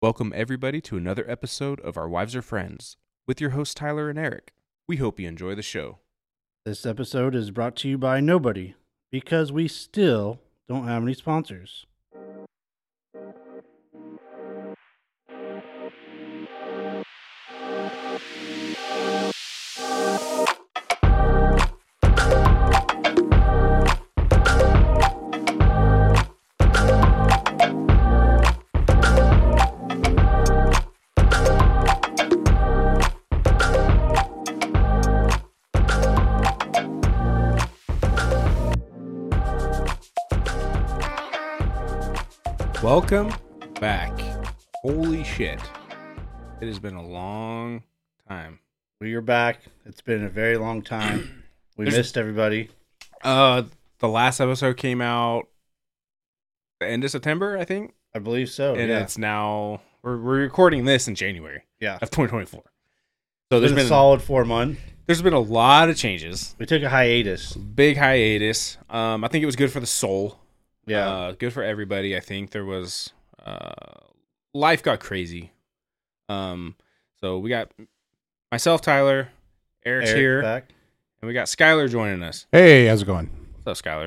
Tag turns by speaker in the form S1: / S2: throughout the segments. S1: Welcome, everybody, to another episode of Our Wives Are Friends with your hosts, Tyler and Eric. We hope you enjoy the show.
S2: This episode is brought to you by nobody because we still don't have any sponsors.
S1: Welcome back. Holy shit. It has been a long time.
S2: We are back. It's been a very long time. We
S1: There's-
S2: missed everybody.
S1: Uh, the last episode came out the end of September, I think.
S2: I believe so.
S1: and
S2: Oh, yeah.
S1: it's now, we're, we're recording this in January
S2: yeah.
S1: of 2024. So
S2: It's
S1: there's
S2: been,
S1: been,
S2: a solid four months.
S1: there's been a lot of changes.
S2: We took a hiatus.
S1: Big hiatus. Um, I think it was good for the soul.
S2: Yeah.
S1: Uh, good for everybody. I think there was uh, life got crazy. Um, so we got myself, Tyler, Eric's
S2: Eric's
S1: here,
S2: back.
S1: and we got Skylar joining us.
S3: Hey, how's it going?
S1: What's up, Skylar?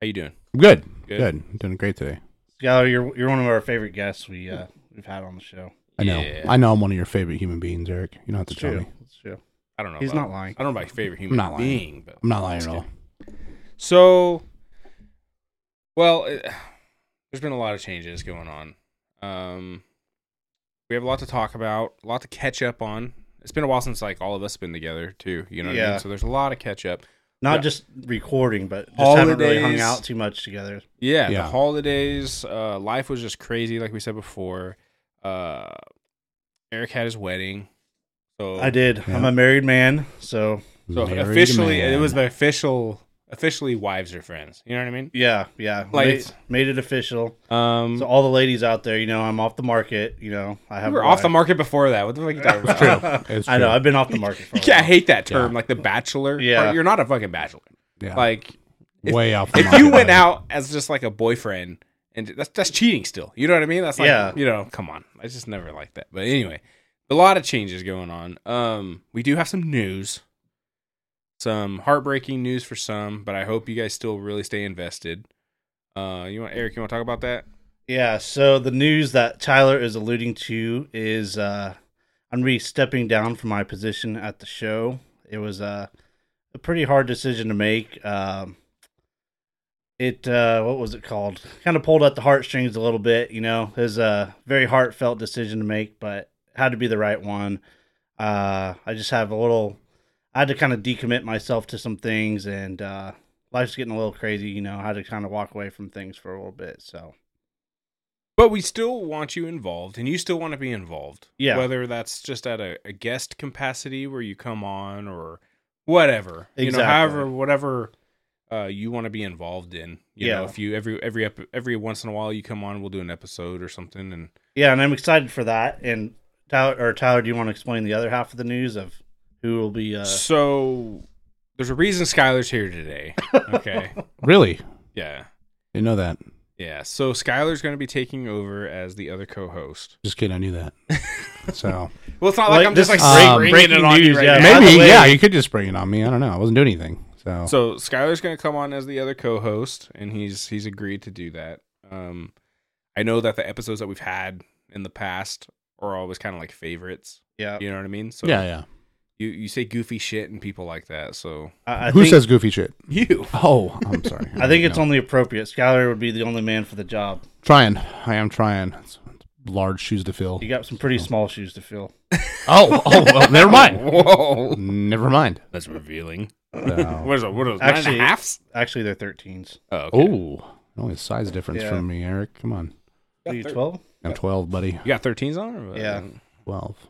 S1: How you doing?
S3: I'm good.
S1: Good.
S3: Good. I'm doing great today.
S2: Skylar, you're you're one of our favorite guests we uh, we've had on the show.
S3: I know.
S1: Yeah.
S3: I know I'm one of your favorite human beings, Eric. You don't have to
S2: It's
S3: tell
S2: true.
S3: me.
S2: It's true.
S1: I don't know.
S2: He's
S1: about,
S2: not lying.
S1: I don't know about your favorite human
S3: not lying.
S1: being, but
S3: I'm not lying at all.
S1: so. Well, it, there's been a lot of changes going on. Um, we have a lot to talk about, a lot to catch up on. It's been a while since like all of us been together too. You know what I
S2: Yeah.
S1: mean? So there's a lot of catch up.
S2: Not
S1: Yeah.
S2: just recording, but just haven't really
S1: Holidays.
S2: hung out too much together.
S1: Yeah, the
S3: Yeah.
S1: holidays, uh, life was just crazy, like we said before. Uh, Eric had his wedding, so
S2: I did.
S3: Yeah.
S2: I'm a married man, so
S1: So
S3: Married
S1: officially,
S3: man.
S1: it was the official, officially wives are friends. You know what I mean?
S2: yeah, yeah.
S1: Like-
S2: made, made it official.
S1: Um,
S2: So all the ladies out there, you know, I'm off the market. You know, I
S1: we
S2: have.
S1: were
S2: a
S1: off the
S2: wife.
S1: market before that. What the fuck are you talking about?
S3: It's
S2: I know.
S3: true.
S2: I've been off the market for.
S1: You
S2: a
S1: can't I
S2: while.
S1: hate that term, like the bachelor.
S2: Yeah.
S1: Or you're not a fucking bachelor.
S3: Yeah.
S1: Like if-
S3: way off. the
S1: if you
S3: market,
S1: went
S3: buddy.
S1: out as just like a boyfriend, and that's that's cheating still. You know what I mean? That's like
S2: Yeah.
S1: you know, come on. I just never like that. But anyway, a lot of changes going on. Um, we do have some news, some heartbreaking news for some, but I hope you guys still really stay invested. Uh, you want Eric? You want to talk about that?
S2: Yeah. So the news that Tyler is alluding to is uh, I'm re stepping down from my position at the show. It was uh, a pretty hard decision to make. Um, it uh, what was it called? Kind of pulled at the heartstrings a little bit. You know, it was a very heartfelt decision to make, but had to be the right one. Uh, I just have a little. I had to kind of decommit myself to some things, and uh, life's getting a little crazy. You know, I had to kind of walk away from things for a little bit. So.
S1: But we still want you involved, and you still want to be involved.
S2: Yeah.
S1: Whether that's just at a, a guest capacity where you come on or whatever. You know,
S2: Exactly.
S1: however, whatever uh, you want to be involved in. You know,
S2: Yeah.
S1: if you every every ep- every once in a while you come on, we'll do an episode or something. And
S2: Yeah, and I'm excited for that. And Tyler, or Tyler, do you want to explain the other half of the news of who will be? Uh,
S1: so there's a reason Skylar's here today. Okay.
S3: really,
S1: yeah.
S3: didn't know that.
S1: Yeah. So Skylar's going to be taking over as the other co-host.
S3: Just kidding. I knew that. so
S1: Well, it's not like,
S2: Like,
S1: I'm just like
S2: this
S3: is
S1: um, bringing it
S2: breaking
S1: on you
S2: news,
S1: right
S2: yeah.
S1: now.
S2: by the
S3: maybe,
S2: way-
S3: yeah, you could just bring it on me. I don't know. I wasn't doing anything. So,
S1: So Skylar's gonna come on as the other co-host, and he's he's agreed to do that. Um, I know that the episodes that we've had in the past are always kind of like favorites.
S2: yeah,
S1: You know what I mean? So
S3: yeah, yeah.
S1: you you say goofy shit and people like that. So
S2: I, I
S3: Who
S2: think,
S3: says goofy shit?
S1: you
S3: Oh, I'm sorry.
S2: I think it's
S3: No.
S2: only appropriate. Skyler would be the only man for the job.
S3: trying. I am trying. It's large shoes to fill.
S2: You got some pretty small shoes to fill.
S3: Oh, oh, well, never mind.
S1: Whoa,
S3: Never mind.
S1: that's revealing.
S3: So-
S1: What is it? What is it?
S2: Actually-
S1: nine and a halfs?
S2: Actually, they're 13s.
S1: Oh, okay.
S3: Oh, only a size difference
S2: Yeah.
S3: from me, Eric. Come on.
S1: Yeah,
S2: Are you
S1: thir-
S2: 12?
S3: I'm 12, buddy.
S1: You got thirteens on? Or what?
S2: Yeah.
S3: 12.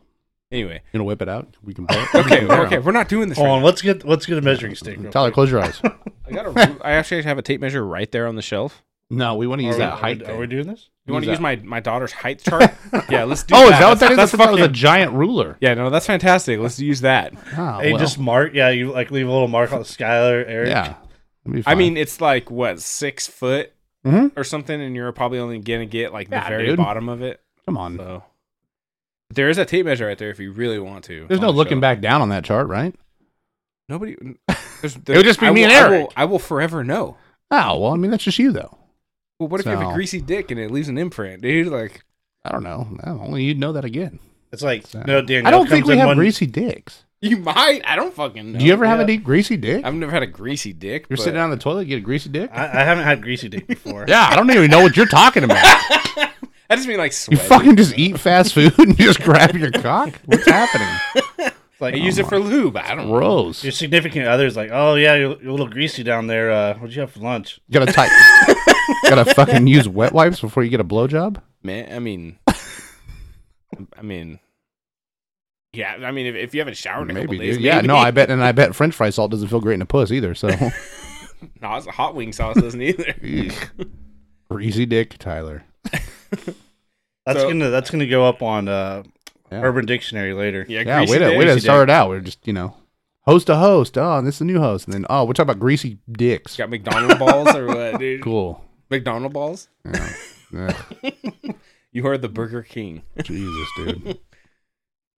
S1: Anyway,
S3: You know, whip it out. We can play it.
S1: okay,
S3: Wear 'em.
S1: okay. We're not doing this.
S2: Hold
S1: Right.
S2: on, let's get let's get a measuring stick. real
S3: Tyler,
S2: quick.
S3: close your eyes.
S1: I got a. I actually have a tape measure right there on the shelf.
S3: No, we want to
S2: Are
S3: use
S2: we-
S3: that height.
S2: Are we, are we doing this?
S1: You
S3: Use
S1: want to
S3: that.
S1: use my my daughter's height chart? yeah, let's do.
S3: oh, is
S1: that
S3: that what that
S1: That's,
S3: is? That's I thought that was a
S1: fucking-
S3: giant ruler.
S1: Yeah, no, that's fantastic. Let's use that.
S3: Ah,
S2: hey,
S3: well,
S2: just mark. Yeah, you like leave a little mark on Skylar, Eric.
S3: yeah. That'd be
S1: I
S3: fine.
S1: mean, it's like what six foot
S3: Mhm.
S1: or something, and you're probably only gonna get like the
S3: Yeah,
S1: very
S3: dude. Mm.
S1: bottom of it.
S3: Come on.
S1: So but there is that tape measure right there if you really want to.
S3: There's
S1: on
S3: no
S1: the
S3: looking
S1: show.
S3: back down on that chart, right?
S1: Nobody. There's,
S3: It would just be
S1: I
S3: me
S1: will-
S3: and
S1: I will-
S3: Eric.
S1: I will forever know.
S3: Oh, well, I mean, that's just you, though.
S1: Well, what if you have a
S3: So-
S1: greasy dick and it leaves an imprint, dude? Like,
S3: I don't know. Well, Only you'd know that again.
S2: It's like
S3: So-
S2: no Daniel.
S3: I don't think we have
S2: one,
S3: greasy dicks.
S1: you might. I don't fucking know.
S3: Do you ever have a
S2: yeah.
S3: deep greasy dick?
S1: I've never had a greasy dick.
S3: You're
S1: but-
S3: sitting down in the toilet, you get a greasy dick?
S2: I, I haven't had greasy dick before.
S3: yeah, I don't even know what you're talking about.
S1: I just mean like
S3: You
S1: sweat.
S3: fucking just eat fast food and just grab your cock? What's happening?
S2: It's
S1: I
S2: like
S1: use it for lube. I don't.
S3: Oh Gross.
S2: your significant other's like, oh yeah, you're, you're a little greasy down there. Uh, what'd you have for lunch?
S3: gotta type. gotta fucking use wet wipes before you get a blowjob?
S1: Man, I mean, I mean, yeah. I mean, if, if you haven't showered in a couple
S3: Maybe,
S1: days,
S3: dude. Yeah,
S1: maybe.
S3: no, I bet. And I bet french fry salt doesn't feel great in a puss either, so.
S1: No, it's- hot wing sauce doesn't either.
S3: Eek. Greasy dick, Tyler.
S2: That's
S1: So-
S2: gonna that's gonna go up on uh,
S3: Yeah.
S2: Urban Dictionary later.
S1: Yeah,
S3: Yeah,
S1: greasy
S3: way to,
S1: dick.
S3: way to
S2: Greasy
S3: start it out. We're just, you know, host to host. Oh, and this is the new host. And then, oh, we're talking about greasy dicks.
S1: Got McDonald balls or what, dude?
S3: Cool.
S1: McDonald balls.
S3: Ugh,
S1: You are the Burger King.
S3: Jesus, dude.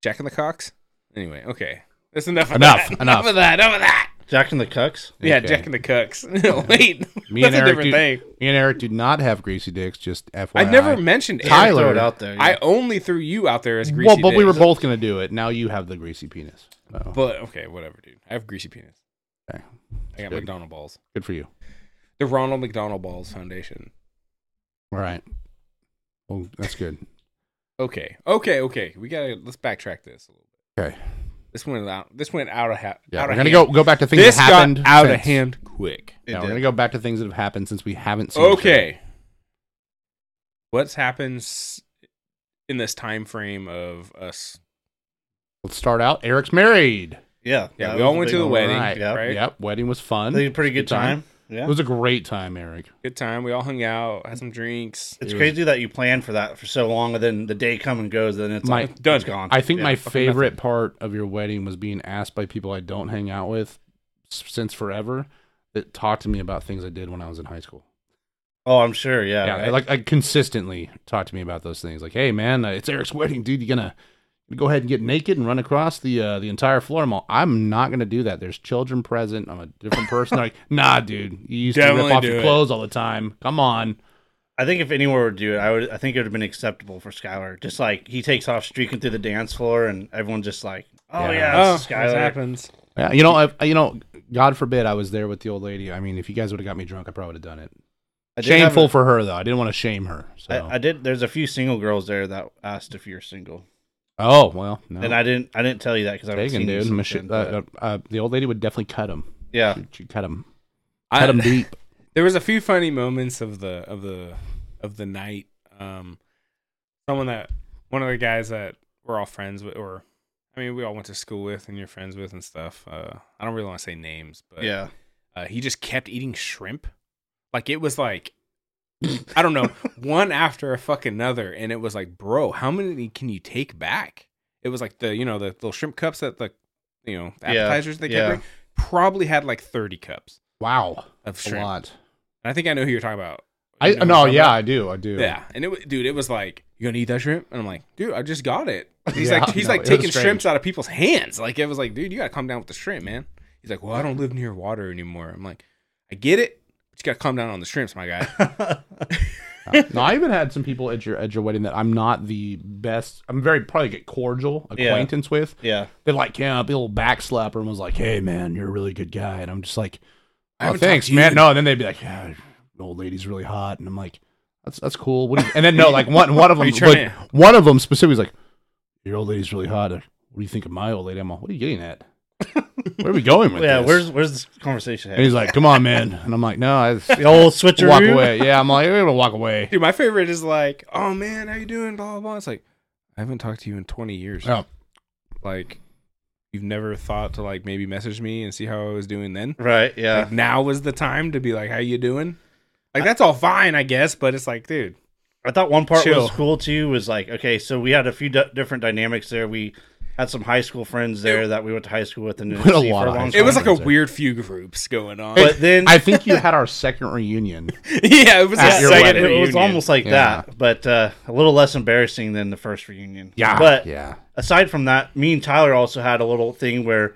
S1: Jack and the Cox. Anyway, okay. That's enough. Of
S3: Enough,
S1: That.
S3: enough.
S1: of that. Enough of that.
S2: Jack and the Cucks.
S1: Yeah,
S3: Okay.
S1: Jack and the Cooks. No, Wait,
S3: Me
S1: that's
S3: and
S1: a
S3: Eric
S1: different
S3: do-
S1: thing.
S3: Me and Eric do not have greasy dicks, just FYI.
S1: I never mentioned Eric.
S3: Tyler.
S2: Throw it out there.
S1: I only threw you out there as greasy.
S3: Well, but we were
S1: dicks.
S3: both going to do it. Now you have the greasy penis. So,
S1: But okay, whatever, dude. I have greasy penis.
S3: Okay.
S1: I got
S3: Good.
S1: McDonald balls.
S3: good for you.
S1: The Ronald McDonald Balls Foundation.
S3: All right. Well, that's good.
S1: Okay, okay, okay. We gotta let's backtrack this a little bit.
S3: Okay.
S1: This went out. This went out of ha-
S3: Yeah,
S1: out
S3: we're
S1: of
S3: gonna
S1: hand.
S3: go go back to things
S1: this
S3: that happened.
S1: got out of
S3: since.
S1: hand quick.
S2: It
S3: Yeah,
S2: did.
S3: we're gonna go back to things that have happened since we haven't seen. the show.
S1: Okay. What's happened s- in this time frame of us?
S3: Let's start out. Eric's married.
S2: yeah,
S1: Yeah,
S2: that
S1: we
S2: was
S1: all
S2: a
S1: went
S2: big
S1: to the
S2: one.
S1: wedding,
S3: Right.
S2: Yeah.
S1: right?
S3: Yep. Wedding was
S2: I
S3: fun.
S2: think a pretty good
S3: Good time.
S2: time. Yeah,
S3: It was a great time, Eric.
S1: Good time. We all hung out, had some drinks.
S2: it's
S3: it was-
S2: crazy that you plan for that for so long, and then the day come and goes, and then it's
S3: My-
S2: like,
S1: Done.
S2: it's gone.
S3: I think
S2: Yeah.
S3: my favorite part of your wedding was being asked by people I don't hang out with s- since forever that talked to me about things I did when I was in high school.
S2: Oh, I'm sure. Yeah.
S3: yeah,
S2: right?
S3: like I consistently talked to me about those things. Like, hey man, uh, it's Eric's wedding, dude. You gonna go ahead and get naked and run across the uh, the entire Florida Mall? I'm not gonna do that. There's children present. I'm a different person. like, nah, dude. You used to
S1: Definitely
S3: rip off
S1: do
S3: your
S1: it.
S3: clothes all the time. Come on.
S2: I think if anyone would do it, I would. I think it would have been acceptable for Skylar. Just like he takes off streaking through the dance floor, and everyone just like, oh
S3: Yeah.
S2: yeah, it's
S1: this
S2: Skylar.
S1: happens.
S3: Yeah, you know, I, you know, God forbid I was there with the old lady. I mean, if you guys would have got me drunk, I probably would have done it.
S2: I did have
S3: Shameful
S2: a-
S3: for her though. I didn't want to shame her. So.
S2: I, I did. There's a few single girls there that asked if you're single,
S3: oh well, no.
S2: and I didn't. I didn't tell you that because I was
S3: Pagan,
S2: seen you
S3: dude.
S2: since
S3: Mich-
S2: then,
S3: uh,
S2: but-
S3: uh, uh, the old lady would definitely cut him.
S2: yeah,
S3: She'd, she'd cut him.
S1: I-
S3: Cut him deep.
S1: there was a few funny moments of the of the of the night. Um, someone that one of the guys that we're all friends with, or I mean, we all went to school with, and you're friends with, and stuff. Uh, I don't really want to say names, but
S2: yeah.
S1: uh, he just kept eating shrimp. Like it was like I don't know, one after a fucking another, and it was like, bro, how many can you take back? It was like the you know the little shrimp cups that the you know the
S2: Yeah,
S1: appetizers they kept
S2: yeah.
S1: bringing. probably had like thirty cups
S3: Wow,
S1: of
S3: a
S1: shrimp.
S3: lot.
S1: And I think I know who you're talking about.
S3: I
S1: You know
S3: no,
S1: what I'm
S3: yeah,
S1: talking
S3: I do, I do.
S1: about? yeah. And it, wa- dude, it was like, you gonna eat that shrimp? And I'm like, dude, I just got it. He's
S3: Yeah,
S1: like, he's
S3: no,
S1: like
S3: it was
S1: taking
S3: strange.
S1: shrimps out of people's hands. Like it was like, dude, you gotta calm down with the shrimp, man. He's like, well, I don't live near water anymore. I'm like, I get it, but you gotta calm down on the shrimps, my guy.
S3: no, I even had some people at your at your wedding that I'm not the best. I'm very probably get cordial
S2: Yeah.
S3: acquaintance with.
S2: yeah.
S3: They like came up, a little backslapper, and was like, "Hey, man, you're a really good guy." And I'm just like,
S1: I
S3: "Oh,
S1: haven't talked
S3: thanks,
S1: to you
S3: man."
S1: in-
S3: No, and then they'd be like, "Yeah, the old lady's really hot," and I'm like, "That's that's cool." What do you, and then no, like one one
S1: Are
S3: of them,
S1: you trying
S3: like, one of them specifically was like, "Your old lady's really hot." Like, What do you think of my old lady? I'm like, "What are you getting at? Where are we going with
S2: Yeah,
S3: this?"
S2: where's where's this conversation?
S3: and
S2: Headed?
S3: he's like, "Come on, man," and I'm like, "No, I just
S2: The old switcheroo.
S3: walk away." Yeah, I'm like, "We're gonna walk away."
S1: Dude, my favorite is like, oh man, how you doing? Blah blah blah. It's like, I haven't talked to you in twenty years.
S3: Oh,
S1: Like, you've never thought to like maybe message me and see how I was doing then.
S2: Right. Yeah.
S1: Like now was the time to be like, how you doing? Like that's all fine, I guess, but it's like, dude,
S2: I thought one part
S1: Chill.
S2: was cool too. Was like, okay, so we had a few d- different dynamics there. We Had some high school friends there that we went to high school with, and
S3: What a
S2: didn't see
S3: lot
S2: for a
S3: of
S2: long
S3: high
S1: It was
S2: time.
S1: like a weird few groups going on.
S2: But then
S3: I think you had our second reunion.
S1: yeah, it was a
S3: At your
S1: second.
S3: wedding.
S2: it was
S1: reunion.
S2: almost like that, but uh, a little less embarrassing than the first reunion.
S3: Yeah,
S2: but
S3: Ah, yeah.
S2: aside from that, me and Tyler also had a little thing where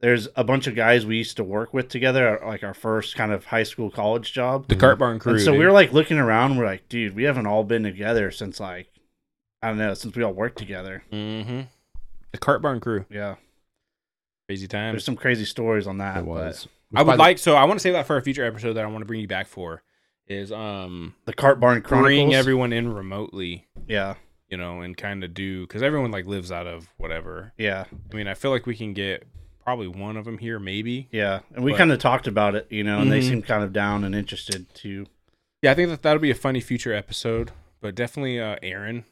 S2: there's a bunch of guys we used to work with together, like our first kind of high school college job.
S1: the cart barn crew.
S2: And so we
S1: dude.
S2: were like looking around, we're like, dude, we haven't all been together since like I don't know, since we all worked together.
S1: Mhm. the cart barn crew.
S2: Yeah.
S1: Crazy times.
S2: There's some crazy stories on that.
S3: It was.
S1: Ah, I
S3: By
S1: would
S3: the-
S1: like so I want to save that for a future episode that I want to bring you back for is um
S2: but The cart barn chronicles.
S1: bring everyone in remotely,
S2: yeah.
S1: you know, and kind of do because everyone like lives out of whatever.
S2: Yeah.
S1: I mean, I feel like we can get probably one of them here, maybe.
S2: Yeah. And we
S1: But-
S2: kind of talked about it, you know, and they
S1: Mhm.
S2: seemed kind of down and interested too.
S1: Yeah, I think that that'll be a funny future episode, but definitely uh Aaron.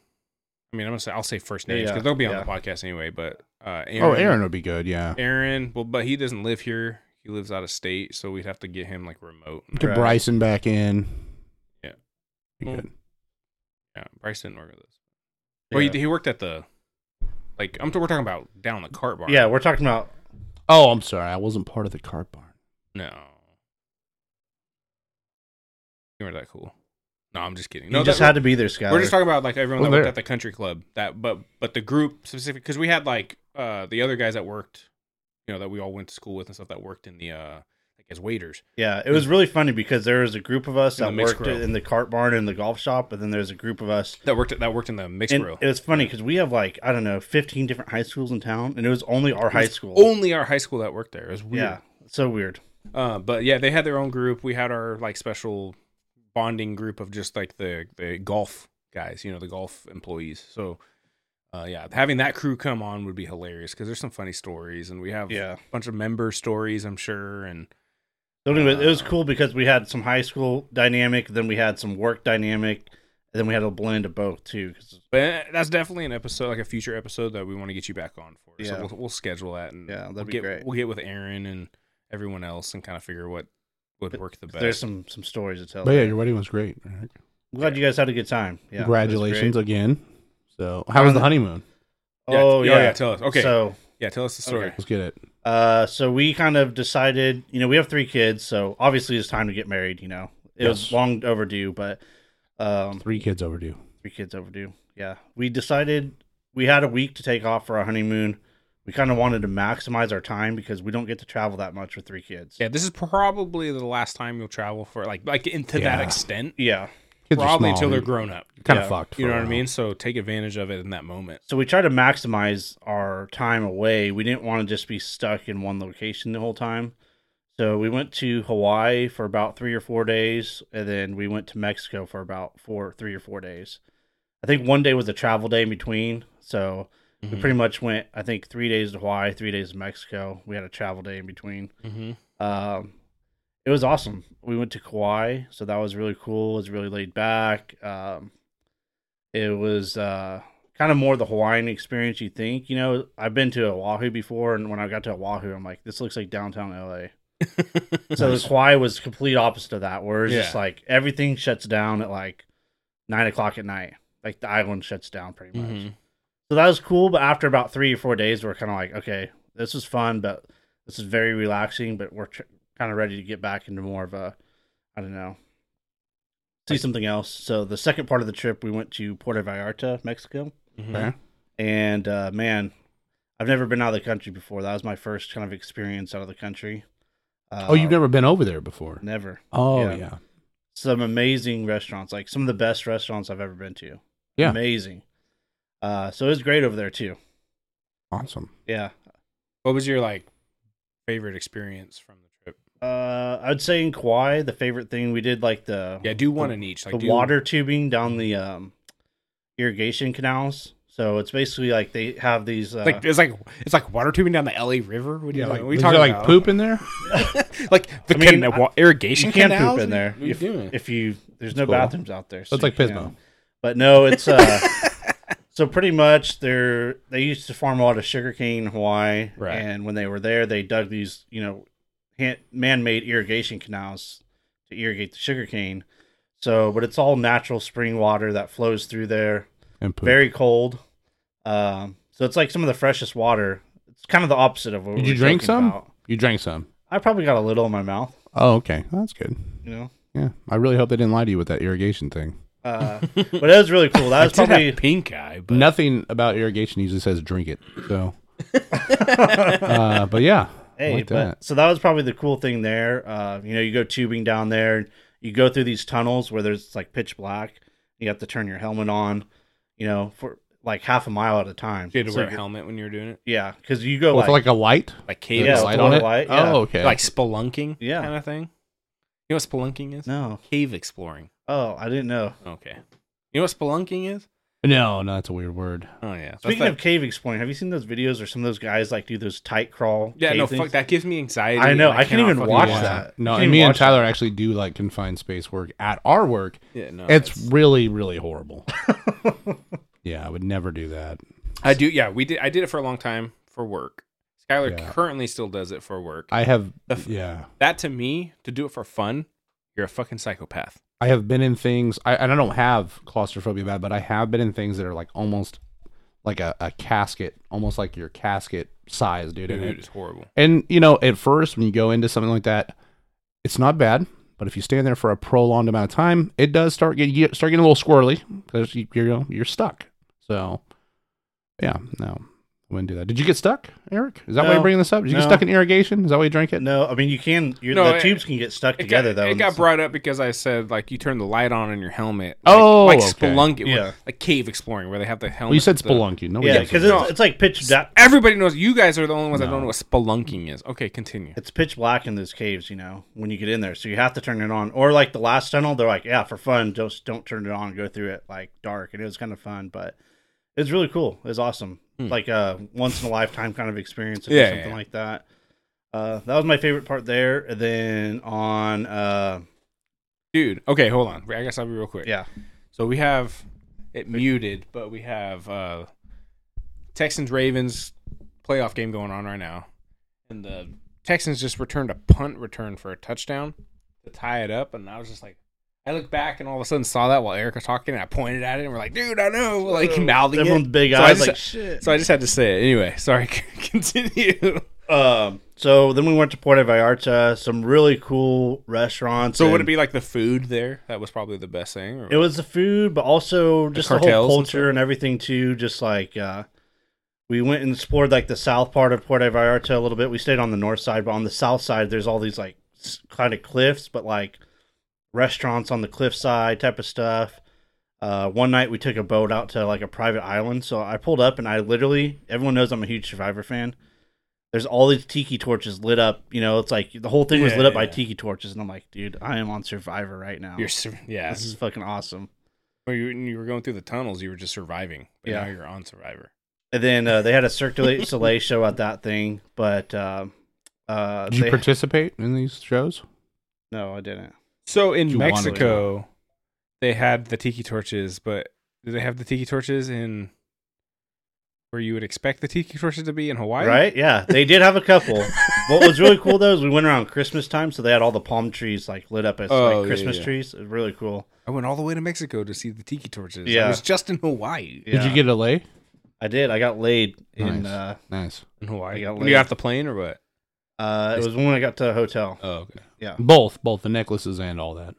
S1: I mean, I'm gonna say I'll say first
S2: Yeah,
S1: names
S2: yeah,
S1: because they'll be on
S2: yeah.
S1: the podcast anyway. But uh, Aaron,
S3: Oh, Aaron would be good. Yeah.
S1: Aaron. Well, but he doesn't live here. He lives out of state, so we'd have to get him like remote.
S3: Get
S2: Right.
S3: Bryson back in.
S1: Yeah. Mm.
S3: Be
S1: Well,
S3: good.
S1: Yeah, Bryce didn't work with us. Well,
S2: Yeah.
S1: he, he worked at the like I'm we're talking about down the cart barn.
S2: Yeah, we're talking about
S3: Oh, I'm sorry. I wasn't part of the cart barn.
S1: no. You were that cool? No, I'm just kidding.
S2: you
S1: No,
S2: just
S1: that-
S2: had to be there, Skyler.
S1: We're just talking about like everyone
S3: Well,
S1: that worked
S3: there-
S1: at the country club. That but but the group specific because we had like uh the other guys that worked, you know, that we all went to school with and stuff that worked in the uh like as waiters.
S2: Yeah, it was really funny because there was a group of us
S1: In the
S2: that
S1: mixed
S2: worked
S1: grill.
S2: in the cart barn and the golf shop, and then there's a group of us.
S1: That worked at that worked in the mixed
S2: And
S1: grill.
S2: it was funny because we have like I don't know, 15 different high schools in town, and it was only our high school.
S1: Only our high school that worked there. It was weird.
S2: yeah, so weird.
S1: Uh, but yeah, they had their own group. We had our like special bonding group of just like the the golf guys, you know, the golf employees. So uh, yeah, having that crew come on would be hilarious because there's some funny stories, and we have
S2: Yeah,
S1: a bunch of member stories, I'm sure. And
S2: so anyway, it was
S1: Uh,
S2: cool because we had some high school dynamic, then we had some work dynamic, and then we had a blend of both too. 'cause-
S1: but eh, that's definitely an episode, like a future episode that we want to get you back on for.
S2: Yeah.
S1: So we'll, we'll schedule that, and
S2: yeah, that'd
S1: we'll
S2: be
S1: get
S2: great.
S1: we'll get with Aaron and everyone else and kind of figure what would work the best.
S2: There's some some stories to tell.
S3: But yeah,
S2: there.
S3: your wedding was great. Eric.
S2: I'm glad you guys had a good time. Yeah, it was
S3: Congratulations
S2: great.
S3: again. So, how was the honeymoon?
S1: Yeah,
S2: Oh yeah,
S1: tell us. Okay,
S2: So
S1: yeah, tell us the story.
S2: Okay.
S3: Let's get it.
S2: Uh, so we kind of decided, you know, we have three kids, so obviously it's time to get married. You know, it was
S3: Yes.
S2: long overdue, but um,
S3: Three kids overdue.
S2: three kids overdue. Yeah, we decided we had a week to take off for our honeymoon. We kind of wanted to maximize our time because we don't get to travel that much with three kids.
S1: Yeah, this is probably the last time you'll travel for like like into
S3: Yeah.
S1: that extent.
S2: Yeah.
S3: Kids
S1: probably
S3: are small.
S1: until they're grown up.
S3: kind of
S2: yeah.
S3: fucked.
S1: You
S3: for
S1: know
S3: a
S1: what I
S3: while.
S1: mean? So take advantage of it in that moment.
S2: So we tried to maximize our time away. We didn't want to just be stuck in one location the whole time. So we went to Hawaii for about three or four days, and then we went to Mexico for about four, three or four days. I think one day was a travel day in between. So we pretty much went, I think, three days to Hawaii, three days to Mexico. We had a travel day in between.
S1: Mhm.
S2: Um, it was awesome. We went to Kauai, so that was really cool. It was really laid back. Um, it was uh, kind of more the Hawaiian experience you think. You know, I've been to Oahu before, and when I got to Oahu, I'm like, this looks like downtown LA. so the Kauai was complete opposite of that, where it's just
S1: Yeah.
S2: like everything shuts down at like nine o'clock at night. Like the island shuts down pretty much.
S1: Mhm.
S2: So that was cool, but after about three or four days, we're kind of like, okay, this was fun, but this is very relaxing. But we're tr- kind of ready to get back into more of a, I don't know, see something else. So the second part of the trip, we went to Puerto Vallarta, Mexico,
S1: Mhm.
S3: Okay.
S2: and uh, man, I've never been out of the country before. That was my first kind of experience out of the country. Uh,
S3: Oh, you've never been over there before.
S2: never
S3: Oh,
S2: Yeah.
S3: yeah.
S2: some amazing restaurants, like some of the best restaurants I've ever been to.
S3: Yeah.
S2: amazing. Uh, so it was great over there too.
S3: Awesome.
S2: Yeah.
S1: What was your like favorite experience from the trip?
S2: Uh, I'd say in Kauai, the favorite thing we did like the
S1: Yeah, do one in each. Like
S2: the
S1: do,
S2: water tubing down the um, irrigation canals. So it's basically like they have these. Uh,
S1: It's Like it's like it's like water tubing down the LA River. What do you
S3: Yeah,
S1: like,
S3: like,
S1: what are you
S3: is
S1: talking
S3: there, like
S1: about?
S3: poop in there?
S1: like the
S2: I mean,
S1: can-
S2: I-
S1: wa- irrigation
S2: you can't
S1: canals?
S2: poop in there
S1: What are you
S2: if,
S1: doing?
S2: if you. There's no
S3: Cool.
S2: bathrooms out there. So
S3: That's like
S2: you
S3: Pismo.
S2: know. But no, it's uh. so pretty much they're they used to farm a lot of sugarcane in Hawaii,
S1: Right.
S2: and when they were there, they dug these you know hand, man-made irrigation canals to irrigate the sugarcane. So, but it's all natural spring water that flows through there.
S3: And poop.
S2: Very cold. Um, So it's like some of the freshest water. It's kind of the opposite of what
S3: Did
S2: we
S3: you
S2: were
S3: drink
S2: joking
S3: some?
S2: about.
S3: You drank some.
S2: I probably got a little in my mouth,
S3: Oh, okay. Well, that's good.
S2: you know.
S3: Yeah. I really hope they didn't lie to you with that irrigation thing.
S2: Uh, but it was really cool. That was
S1: I did
S2: probably
S1: have pink eye, but
S3: Nothing about irrigation usually says drink it. So, uh, but yeah. I
S2: Hey,
S3: like
S2: but,
S3: that.
S2: so that was probably the cool thing there. Uh, you know, you go tubing down there, and you go through these tunnels where there's like pitch black. You have to turn your helmet on, you know, for like half a mile at a time.
S1: you had to
S2: So
S1: wear a
S2: you're-
S1: helmet when you were doing it,
S2: Yeah, because you go
S3: With
S2: like,
S3: like a light?
S1: like
S2: Yeah,
S1: cave,
S3: With a
S2: with
S3: light
S2: the
S3: on
S2: little
S3: it?
S2: light, yeah.
S3: Oh, okay.
S1: like spelunking,
S2: Yeah.
S1: kind of thing. You know what spelunking is?
S2: no,
S1: Cave exploring.
S2: oh, I didn't know.
S1: Okay. You know what spelunking is?
S3: no, no, that's a weird word.
S1: Oh yeah. That's
S2: Speaking
S1: like-
S2: of cave exploring, have you seen those videos or some of those guys like do those tight crawl?
S1: yeah,
S2: cave
S1: no,
S2: things?
S1: fuck that gives me anxiety.
S2: I know,
S1: and
S2: I can't
S1: cannot
S2: even
S1: fucking
S2: watch
S1: it.
S2: that. You
S3: No,
S2: can't
S3: and me
S2: even
S3: and
S2: watch
S3: Tyler actually do like confined space work at our work.
S1: Yeah, no,
S3: it's
S1: that's-
S3: really, really horrible. yeah, I would never do that.
S1: I do. Yeah, we did. I did it for a long time for work. Skylar
S3: Yeah.
S1: currently still does it for work.
S3: I have,
S1: The f-
S3: yeah,
S1: that to me, to do it for fun, you're a fucking psychopath.
S3: I have been in things, I, and I don't have claustrophobia bad, but I have been in things that are like almost like a, a casket, almost like your casket size, dude.
S1: Dude,
S3: and it-
S1: it's horrible.
S3: And you know, at first when you go into something like that, it's not bad. But if you stand there for a prolonged amount of time, it does start getting you start getting a little squirrely because you, you know you're stuck. So, yeah, no, I wouldn't do that. Did you get stuck, Eric? Is that why
S2: No.
S3: you're bringing this up? Did you get
S2: No.
S3: stuck in irrigation? Is that why you drank it?
S2: No, I mean you can. You're,
S1: No,
S2: the
S1: it-
S2: tubes can get stuck
S1: It
S2: together
S1: got,
S2: though.
S1: It
S2: and
S1: got
S2: it's-
S1: brought up because I said like you turn the light on in your helmet. Like,
S3: Oh,
S1: like
S3: okay.
S1: spelunking,
S2: Yeah.
S1: like cave exploring where they have the helmet.
S3: Well, you said
S1: the-
S3: spelunking. Nobody
S2: uh, Yeah,
S3: gets
S2: because
S3: it.
S2: it's, it's like pitch da-
S1: Everybody knows. You guys are the only ones that don't
S3: No.
S1: know what spelunking is. Okay, continue.
S2: it's pitch black in those caves, you know, when you get in there. So you have to turn it on. Or like the last tunnel, they're like, yeah, for fun, just don't turn it on. Go through it like dark. And it was kind of fun, but it was really cool. It was awesome.
S1: Hmm.
S2: Like a once in a lifetime kind of experience or
S1: Yeah, yeah,
S2: something
S1: yeah.
S2: like that. Uh, that was my favorite part there. And then on, uh,
S1: Dude, okay, hold on. I guess I'll be real quick.
S2: yeah,
S1: So we have it muted, but we have uh Texans Ravens playoff game going on right now. And the Texans just returned a punt return for a touchdown to tie it up. And I was just like, I looked back and all of a sudden saw that while Eric was talking. And I pointed at it and we're like, dude, I know. Like, mouthing
S2: everyone's
S1: it.
S2: big
S1: So I
S2: eyes
S1: just-
S2: like shit.
S1: So I just had to say it. Anyway, sorry. Continue.
S2: Um, so then we went to Puerto Vallarta, some really cool restaurants.
S1: So would it
S2: and-
S1: be like the food there? That was probably the best thing. Or?
S2: It was the food, but also just the, whole
S1: cartels and
S2: culture
S1: stuff?
S2: and, everything too. Just like uh, we went and explored like the south part of Puerto Vallarta a little bit. We stayed on the north side, but on the south side, there's all these like kind of cliffs, but like restaurants on the cliff side type of stuff. Uh, one night we took a boat out to like a private island. So I pulled up and I literally, everyone knows I'm a huge Survivor fan. There's all these tiki torches lit up. You know, it's like the whole thing was
S1: Yeah,
S2: lit up by
S1: yeah.
S2: tiki torches. And I'm like, dude, I am on Survivor right now.
S1: You're, sur- yeah.
S2: this is fucking awesome.
S1: When you, when you were going through the tunnels, you were just surviving. But
S2: Yeah.
S1: now you're on Survivor.
S2: And then uh, they had a circulate Soleil show at that thing, but uh, uh,
S3: Did you
S2: they-
S3: participate in these shows?
S2: no, I didn't.
S1: So in
S3: You wanted
S1: Mexico, they had the tiki torches, but do they have the tiki torches in where you would expect the tiki torches to be in Hawaii?
S2: Right? Yeah, they did have a couple. what was really cool though is we went around Christmas time, so they had all the palm trees like lit up as
S1: Oh, yeah,
S2: like Christmas
S1: yeah.
S2: trees. It was really cool.
S1: I went all the way to Mexico to see the tiki torches. Yeah. I
S2: Yeah.
S1: was just in Hawaii.
S2: Yeah.
S3: Did you get a lay?
S2: I did. I got laid in.
S3: Nice.
S2: Uh,
S3: Nice.
S1: In Hawaii.
S2: I got
S1: When you
S2: laid.
S1: got off the plane or what?
S2: uh, it was when I got to a hotel.
S1: Oh, okay.
S3: Both, both the necklaces and all that.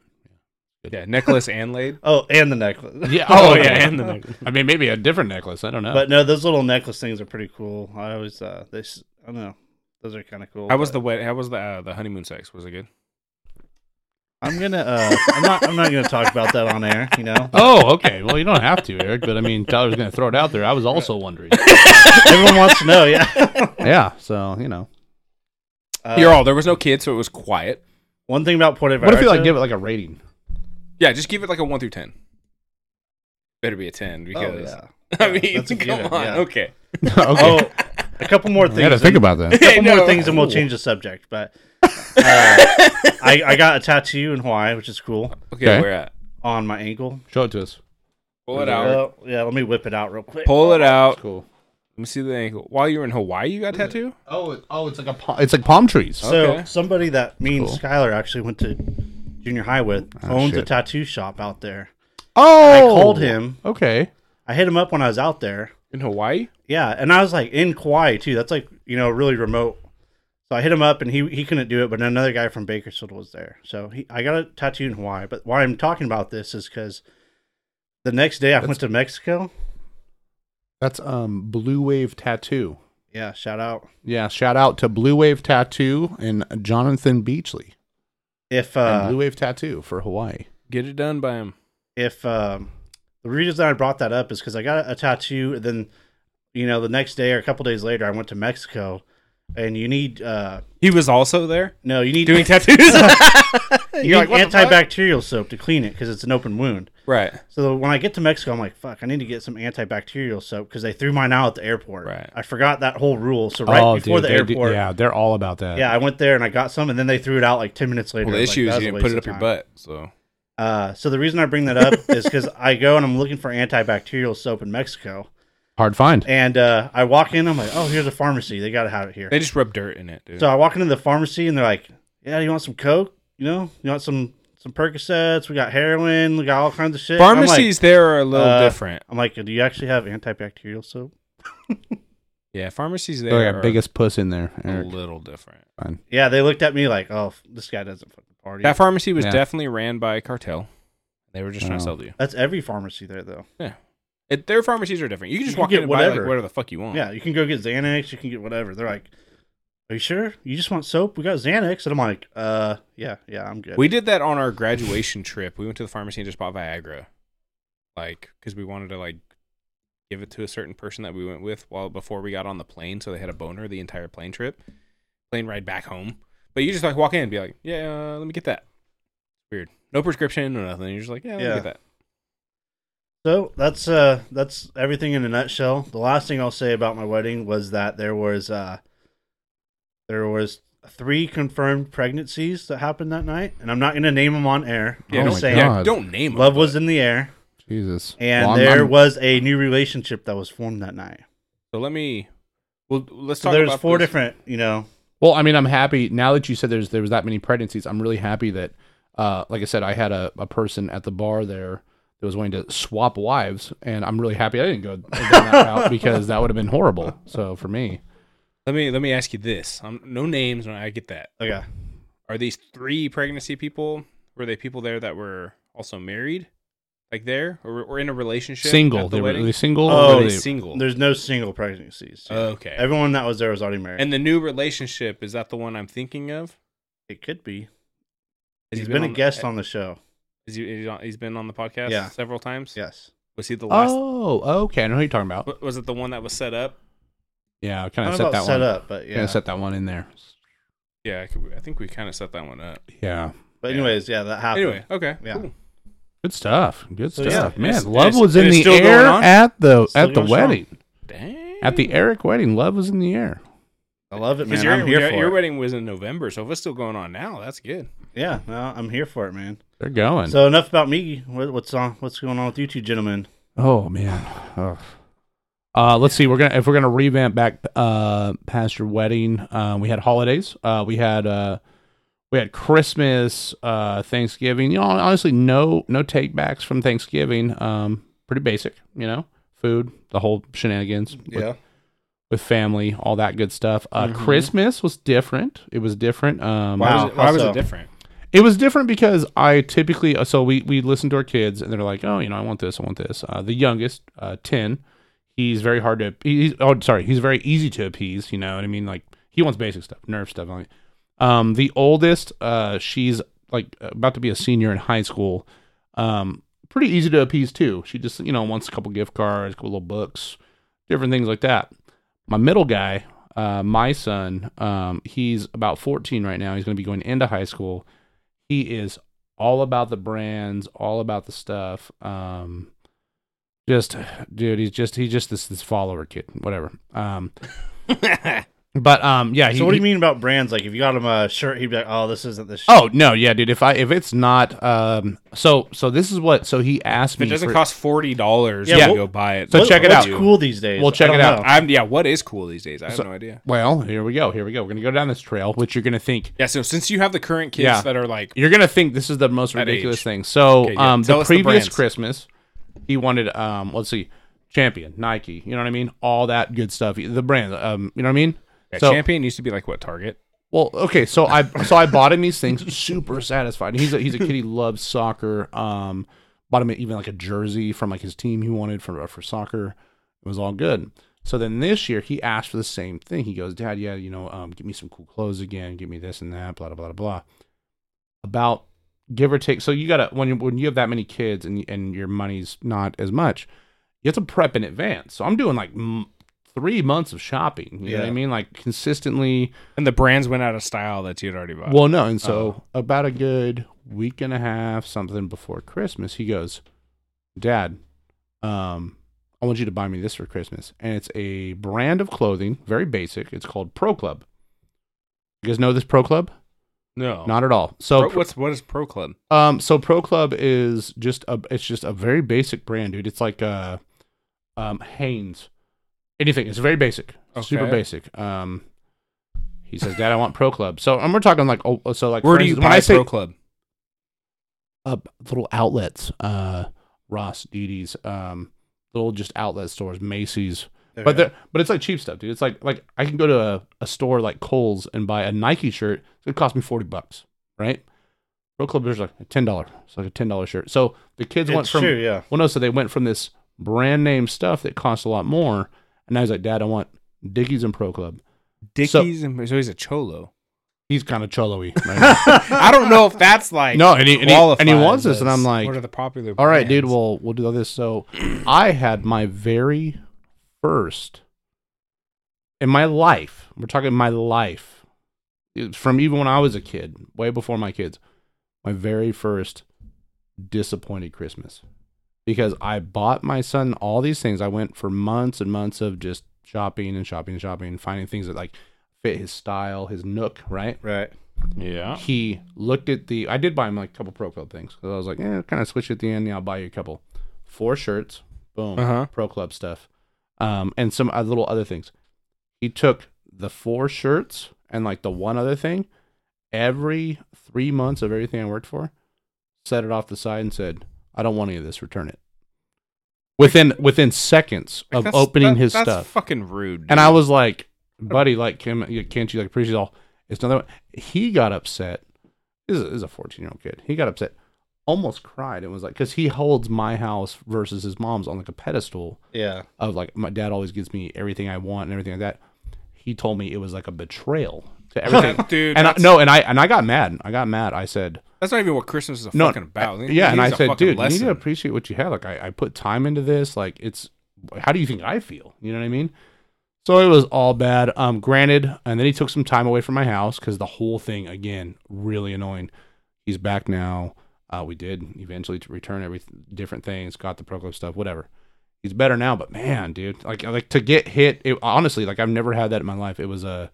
S1: Yeah, necklace and laid.
S2: Oh, and the necklace.
S3: Yeah.
S1: Oh, yeah, and the necklace.
S3: I mean, maybe a different necklace. I don't know.
S2: But no, those little necklace things are pretty cool. I always uh, they. s- I don't know. Those are kind of cool.
S1: How was
S2: but-
S1: the wed- How was the uh, the honeymoon sex? Was it good?
S2: I'm gonna. Uh, I'm not. I'm not gonna talk about that on air. You know.
S3: Oh, okay. Well, you don't have to, Eric, but I mean, Tyler's going to throw it out there. I was also wondering.
S2: Everyone wants to know. Yeah.
S3: Yeah. So, you know.
S2: Uh,
S1: You're all there was no kids, so it was quiet.
S2: One thing about Puerto Vallarta.
S3: What if you like give it like a rating?
S1: Yeah, just give it like a one through ten. Better be a ten
S2: Oh,
S1: because
S2: yeah.
S1: I
S2: Yeah,
S1: mean,
S2: that's a
S1: come
S2: given,
S1: on,
S2: yeah.
S1: okay.
S3: okay.
S2: Oh, a couple more things.
S3: I got to think about that.
S2: a couple
S1: No.
S2: more things, and we'll
S1: Ooh.
S2: change the subject. But uh, I, I got a tattoo in Hawaii, which is cool,
S1: Okay,
S3: Okay.
S1: we're at
S2: on my ankle.
S3: Show it to us.
S1: pull it out,
S2: Uh, yeah, let me whip it out real quick.
S1: pull it out.
S3: Cool.
S1: Let me see the ankle. While you were in Hawaii, you got tattoo.
S3: Oh, it, oh, it's like a Oh. palm, it's like palm trees.
S2: So
S1: Okay.
S2: somebody that me and
S3: Cool.
S2: Skylar actually went to junior high with
S3: Oh,
S2: owns a
S3: shit.
S2: tattoo shop out there.
S3: Oh,
S2: called him.
S3: Okay.
S2: I hit him up when I was out there,
S1: in Hawaii.
S2: Yeah, and I was like in Kauai too. That's like you know really remote. So I hit him up, and he he couldn't do it, but another guy from Bakersfield was there. So he, I got a tattoo in Hawaii. But why I'm talking about this is because the next day I went to Mexico.
S3: That's um Blue Wave Tattoo.
S2: Yeah, shout out.
S3: Yeah, shout out to Blue Wave Tattoo and Jonathan Beachley.
S2: If
S3: and
S2: uh,
S3: Blue Wave Tattoo for Hawaii.
S1: Get it done by him.
S2: if um, the reason I brought that up is because I got a tattoo, and then you know the next day or a couple days later I went to Mexico, and you need uh
S1: He was also there
S2: no you need
S1: doing tattoos.
S2: you
S1: like, "What
S2: need
S1: the fuck?"
S2: antibacterial soap to clean it because it's an open wound.
S1: right.
S2: So when I get to Mexico, I'm like, fuck, I need to get some antibacterial soap because they threw mine out at the airport.
S1: Right. Oh,
S2: I forgot that whole rule. So right before the
S3: they do-
S2: airport, yeah.
S3: yeah, Oh, they're all about that.
S2: I went there and I got some, and then they threw it out like ten minutes later.
S1: Well, the
S2: I was like,
S1: issue
S2: that
S1: is
S2: was
S1: you
S2: a
S1: didn't
S2: waste
S1: put it
S2: of
S1: up your
S2: time.
S1: butt. So
S2: Uh, so the reason I bring that up is because I go and I'm looking for antibacterial soap in Mexico,
S3: hard find.
S2: and uh, I walk in, I'm like, oh, here's a pharmacy. They got to have it here.
S1: they just rub dirt in it, dude.
S2: So I walk into the pharmacy and they're like, "Yeah, you want some coke? You know, you want some some Percocets? We got heroin. We got all kinds of shit." And I'm like-
S1: Pharmacies there are a little
S2: uh,
S1: different.
S2: I'm like, do you actually have antibacterial soap?
S1: Yeah, pharmacies
S3: They're
S1: there
S3: like our
S1: are
S3: biggest puss in there.
S1: a
S3: Eric.
S1: little different.
S3: Fine.
S2: Yeah, they looked at me like, oh, f- this guy doesn't fucking party.
S1: That pharmacy was
S3: Yeah.
S1: definitely ran by a cartel. They were just trying to
S3: Oh.
S1: sell to you.
S2: That's every pharmacy there, though.
S1: It, their pharmacies are different. You can just
S2: You
S1: walk in
S2: can get
S1: and buy like
S2: whatever.
S1: whatever the fuck you want.
S2: Yeah, you can go get Xanax. You can get whatever. They're like, are you sure? You just want soap? We got Xanax. And I'm like, uh, yeah, yeah, I'm good.
S1: We did that on our graduation trip. We went to the pharmacy and just bought Viagra, like because we wanted to like give it to a certain person that we went with while before we got on the plane, so they had a boner the entire plane trip, plane ride back home. But you just like walk in and be like, yeah, uh, let me get that. Weird. No prescription, no nothing. You're just like, yeah, let me
S2: Yeah.
S1: get that.
S2: So that's uh that's everything in a nutshell. The last thing I'll say about my wedding was that there was uh there was three confirmed pregnancies that happened that night, and I'm not gonna name them on air.
S1: Yeah, don't,
S2: I'm
S3: Oh my
S2: just saying
S1: yeah,
S3: God.
S1: don't name 'em,
S2: love was
S1: but-
S2: in the air,
S3: Jesus.
S2: and
S3: Well, I'm-
S2: there
S3: I'm-
S2: was a new relationship that was formed that night.
S1: So let me. Well, let's
S2: So
S1: talk.
S2: there's
S1: about
S2: four
S1: this.
S2: different, you know,
S3: Well, I mean, I'm happy now that you said there's there was that many pregnancies. I'm really happy that, uh, like I said, I had a, a person at the bar there that was wanting to swap wives, and I'm really happy I didn't go down that route because that would have been horrible. So for me,
S1: Let me let me ask you this. Um no names when I get that.
S2: okay,
S1: Are these three pregnancy people? Were they people there that were also married, like there, or, or in a relationship?
S3: single,
S1: at the
S3: they were,
S1: wedding?
S3: were they single. or
S2: Oh,
S1: Were
S3: were
S1: they
S3: they-
S1: single.
S2: there's no single pregnancies.
S1: okay.
S2: Everyone that was there was already married.
S1: and the new relationship is that the one I'm thinking of?
S2: it could be.
S1: Has he
S2: He's been, a
S1: on- eh,
S2: guest on the show.
S1: Is he, is he on- he's been on the podcast
S2: Yeah.
S1: several times.
S2: Yes.
S1: Was he the last?
S3: oh, okay, I know who you're talking about.
S1: w- Was it the one that was set up?
S3: Yeah, I
S2: I
S3: kind
S2: don't
S3: of
S2: know
S3: set
S2: about
S3: that
S2: set
S3: one.
S2: up, but
S3: Kind
S2: yeah.
S3: of set that one in there.
S1: Yeah, I, could, I think we kind of set that one up.
S3: Yeah,
S2: But
S1: Yeah.
S2: anyways, yeah, that happened.
S1: Anyway, okay,
S2: Yeah.
S1: cool.
S3: good stuff. Good
S2: So, yeah,
S3: stuff, man.
S1: it's-
S3: love
S1: it's-
S3: was
S1: it
S3: in
S1: is
S3: the
S1: still going
S3: air
S1: on?
S3: at the
S2: Still
S3: at the
S2: going strong.
S3: wedding
S1: Dang.
S3: at the Eric wedding. Love was in the air.
S2: I love it,
S1: Because
S2: man.
S1: your,
S2: I'm here
S1: your,
S2: for
S1: your
S2: it.
S1: wedding was in November, so if it's still going on now, that's good.
S2: Yeah, no, I'm here for it, man.
S3: They're going.
S2: So enough about me. What, what's on? What's going on with you two gentlemen?
S3: Oh man. Ugh. Uh, let's see. We're gonna if we're gonna revamp back uh, past your wedding. Uh, we had holidays. Uh, we had uh, we had Christmas, uh, Thanksgiving. You know, honestly, no no take backs from Thanksgiving. Um, pretty basic. You know, food, the whole shenanigans. with- with family, all that good stuff. Uh,
S1: Mhm.
S3: Christmas was different. It was different. Um,
S1: Why,
S2: Wow.
S1: was, it, why was
S2: Also-
S1: it different?
S3: it was different because I typically uh, so we we listen to our kids and they're like, oh, you know, I want this, I want this. Uh, the youngest, uh, ten, he's very hard to. He's oh, sorry, he's very easy to appease. You know what I mean? Like he wants basic stuff, nerve stuff. Like, um, the oldest, uh, she's like about to be a senior in high school. Um, pretty easy to appease too. She just you know wants a couple gift cards, a couple little books, different things like that. My middle guy, uh, my son, um, he's about 14 right now. He's going to be going into high school he is all about the brands, all about the stuff. Um, just dude, he's just he's just this this follower kid, whatever. Um, but um, yeah.
S2: So what do you mean about brands? Like, if you got him a shirt, he'd be like, "Oh, this isn't the shirt."
S3: Oh no, yeah, dude. If I if it's not um, so so this is what so he asked
S1: If it
S3: me.
S1: doesn't
S3: for-
S1: cost forty dollars
S2: Yeah,
S1: to
S2: well-
S1: go buy it,
S3: So
S1: then
S2: What-
S3: check it
S2: what's
S3: out.
S2: cool these days.
S3: Well,
S2: I
S3: check
S2: don't
S3: it out.
S2: know.
S1: I'm yeah. What is cool these days? I have
S3: So-
S1: no idea.
S3: well, here we go. Here we go. We're gonna go down this trail, which you're gonna think
S1: Yeah. So since you have the current kids
S3: Yeah.
S1: that are like,
S3: you're gonna think this is the most
S1: At
S3: ridiculous
S1: age.
S3: thing. So
S1: Okay, yeah.
S3: um,
S1: Tell
S3: the
S1: us the
S3: previous
S1: brands.
S3: Christmas, he wanted um, let's see, Champion, Nike, you know what I mean? All that good stuff. The brand, um, you know what I mean?
S1: Yeah,
S3: So-
S1: champion used to be like what Target.
S3: Well, okay, so I so I bought him these things. Super satisfied. He's a, he's a kid. He loves soccer. Um, bought him even like a jersey from like his team he wanted for for soccer. It was all good. So then this year he asked for the same thing. He goes, Dad, yeah, you know, um, get me some cool clothes again. Get me this and that. Blah blah blah blah. About give or take. So you gotta when you when you have that many kids and and your money's not as much, you have to prep in advance. So I'm doing like. M- Three months of shopping, you know what I
S2: Yeah.
S3: mean? Like consistently,
S1: And the brands went out of style that you had already bought.
S3: well, no, and so
S1: Oh.
S3: about a good week and a half, something before Christmas, he goes, "Dad, um, I want you to buy me this for Christmas, and it's a brand of clothing, very basic. It's called Pro Club. You guys know this Pro Club?
S1: no,
S3: Not at all. So,
S1: Oh. Pro- what's what is Pro Club?
S3: um, so Pro Club is just a, it's just a very basic brand, dude. It's like uh, um, Hanes, anything. It's very basic, super
S1: Okay.
S3: basic. Um. He says, "Dad, I want Pro Club." So, and we're talking like, oh, so like,
S1: Where
S3: for
S1: do you
S3: instance, when
S1: buy
S3: I say-
S1: Pro Club?
S3: uh, little outlets, uh, Ross, Diddy's, um, little just outlet stores, Macy's. But
S2: Okay.
S3: they're but it's like cheap stuff, dude. It's like like I can go to a, a store like Kohl's and buy a Nike shirt. It's gonna cost me forty bucks, right? Real Club is like ten dollar. It's like a ten dollar shirt. So the kids went
S2: It's
S3: from
S2: true, yeah.
S3: well, no, so they went from this brand name stuff that costs a lot more, and I was like, Dad, I want Dickies and Pro Club.
S1: Dickies and so he's a cholo.
S3: He's kind of cholo-y. Right?
S1: I don't know if that's like
S3: no, and he, and, he, and he
S1: qualifies
S3: wants this, and
S1: as
S3: I'm like,
S1: what are the popular?
S3: All right, dude.
S1: brands?
S3: Well, we'll do all this. So, I had my very first in my life. We're talking my life it- from even when I was a kid, way before my kids. My very first disappointed Christmas because I bought my son all these things. I went for months and months of just shopping and shopping and shopping and finding things that like fit his style, his nook, right?
S2: Right.
S1: yeah,
S3: he looked at the I did buy him like a couple Pro Club things because I was like, eh, kind of switch at the end. Yeah, I'll buy you a couple. Four shirts, boom,
S1: Uh-huh.
S3: Pro Club stuff, um, and some uh, little other things. He took the four shirts and like the one other thing. Every three months of everything I worked for, set it off the side and said, "I don't want any of this. Return it." Within within seconds
S1: Like,
S3: of
S1: that's-
S3: opening
S1: that-
S3: his
S1: that's
S3: stuff,
S1: Fucking rude.
S3: and
S1: dude.
S3: I was like, buddy, like, can, you- can't you like appreciate all? It's another. He got upset. This is, this is a fourteen-year-old kid. He got upset, almost cried, and was like, because he holds my house versus his mom's on like a pedestal
S2: Yeah.
S3: of like my dad always gives me everything I want and everything like that. He told me it was like a betrayal to everything.
S1: dude.
S3: and I,
S1: that's,
S3: no, and I and I got mad. I got mad. I said,
S1: that's not even what Christmas is a fucking about. It
S3: yeah, and
S1: needs
S3: I
S1: a
S3: said,
S1: fucking
S3: dude, you need
S1: lesson.
S3: to appreciate what you have. Like, I, I put time into this. Like, it's how do you think I feel? You know what I mean? So it was all bad. Um, granted, and then he took some time away from my house because the whole thing again really annoying. He's back now. Uh, we did eventually to return every different things, got the pro club stuff, whatever. He's better now, but man, dude, like like to get hit. It, honestly, like I've never had that in my life. It was a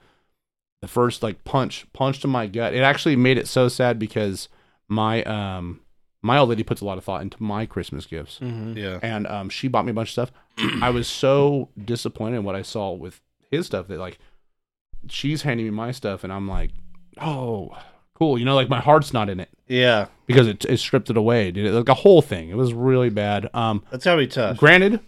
S3: the first like punch punch to my gut. It actually made it so sad because my um my old lady puts a lot of thought into my Christmas gifts,
S1: Mhm.
S2: Yeah.
S3: and um, she bought me a bunch of stuff. I was so disappointed in what I saw with his stuff that like she's handing me my stuff, and I'm like, oh, cool, you know, like my heart's not in it
S2: Yeah.
S3: because it, it stripped it away, dude. Like a whole thing, it was really bad. Um,
S2: That's gotta be tough.
S3: Granted,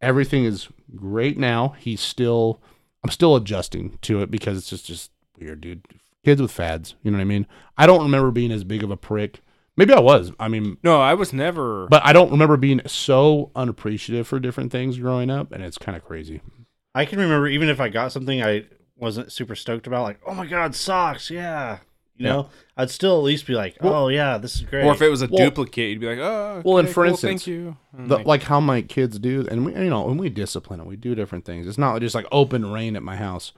S3: everything is great now. He's still, I'm still adjusting to it because it's just just weird, dude. Kids with fads, you know what I mean? I don't remember being as big of a prick. Maybe I was. I mean,
S1: No, I was never.
S3: but I don't remember being so unappreciative for different things growing up, and it's kind of crazy.
S2: I can remember even if I got something I wasn't super stoked about, like, oh my god, socks, yeah. You know, I'd still at least be like, oh yeah, this is great.
S1: or if it was a
S3: Well-
S1: duplicate, you'd be like, oh.
S3: Well, and
S1: okay,
S3: for
S1: cool,
S3: instance,
S1: thank you. And
S3: The,
S1: like-
S3: like how my kids do, and we, you know, and we discipline them. We do different things. It's not just like open rain at my house.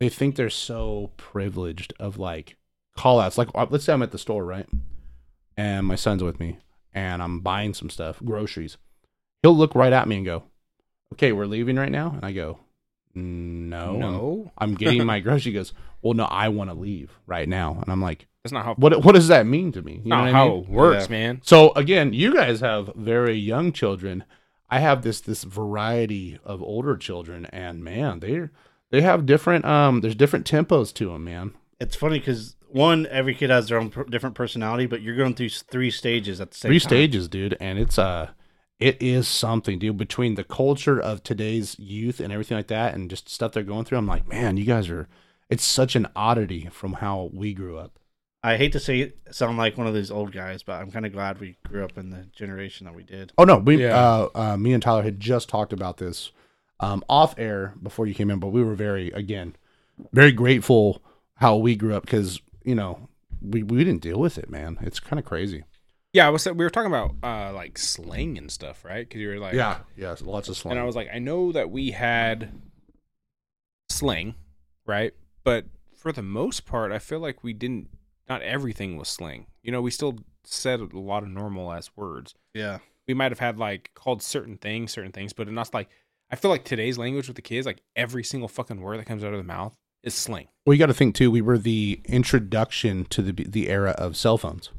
S3: They think they're so privileged of like call outs. Like, uh, let's say I'm at the store, right? And my son's with me, and I'm buying some stuff, groceries. He'll look right at me and go, "Okay, we're leaving right now," and I go, "No, I'm-
S1: no,
S3: I'm getting my groceries." He goes, "Well, no, I want to leave right now," and I'm like.
S1: that's not how.
S3: what what does that mean to me? You know
S1: not
S3: what I
S1: how
S3: mean?
S1: it works,
S2: Yeah.
S1: man.
S3: So again, you guys have very young children. I have this this variety of older children, and man, they are they have different um. There's different tempos to them, man.
S2: it's funny because one, every kid has their own per- different personality, but you're going through s- three stages at the same
S3: Three
S2: time.
S3: stages, dude, and it's uh, it is something, dude. Between the culture of today's youth and everything like that, and just stuff they're going through, I'm like, man, you guys are. It's such an oddity from how we grew up.
S2: I hate to say it, sound like one of those old guys, but I'm kind of glad we grew up in the generation that we did.
S3: Oh no, we
S1: Yeah.
S3: uh, uh, me and Tyler had just talked about this um, off air before you came in, but we were very again very grateful how we grew up because you know we we didn't deal with it, man. It's kind of crazy.
S1: Yeah, I was. We were talking about uh, like slang and stuff, right? Because you were like,
S3: yeah, lots of slang.
S1: And I was like, I know that we had slang, right? But for the most part, I feel like we didn't. Not everything was slang. You know, we still said a lot of normal ass words.
S2: Yeah.
S1: We might have had like called certain things, certain things, but not like. I feel like today's language with the kids, like every single fucking word that comes out of the mouth is slang.
S3: well, you got to think too. We were the introduction to the the era of cell phones,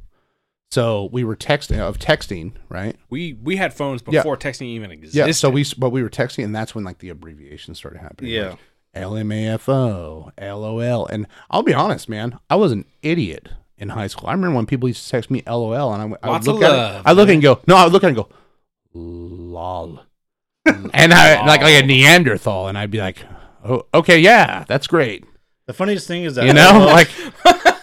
S3: so we were texting of texting, right?
S1: We we had phones
S3: Yeah.
S1: before texting even existed.
S3: Yeah. So we but we were texting, and that's when like the abbreviations started happening.
S2: Yeah.
S3: Like, LMAFO, LOL. And I'll be honest, man, I was an idiot in high school. I remember when people used to text me LOL, and I, would- I would
S1: Lots of
S3: look at
S1: love,
S3: it. I look at it and go, no, I would look at it and go, lol. and I like like a Neanderthal, and I'd be like, oh, okay, yeah, that's great.
S2: The funniest thing is that
S3: You know,
S2: LOL
S3: like,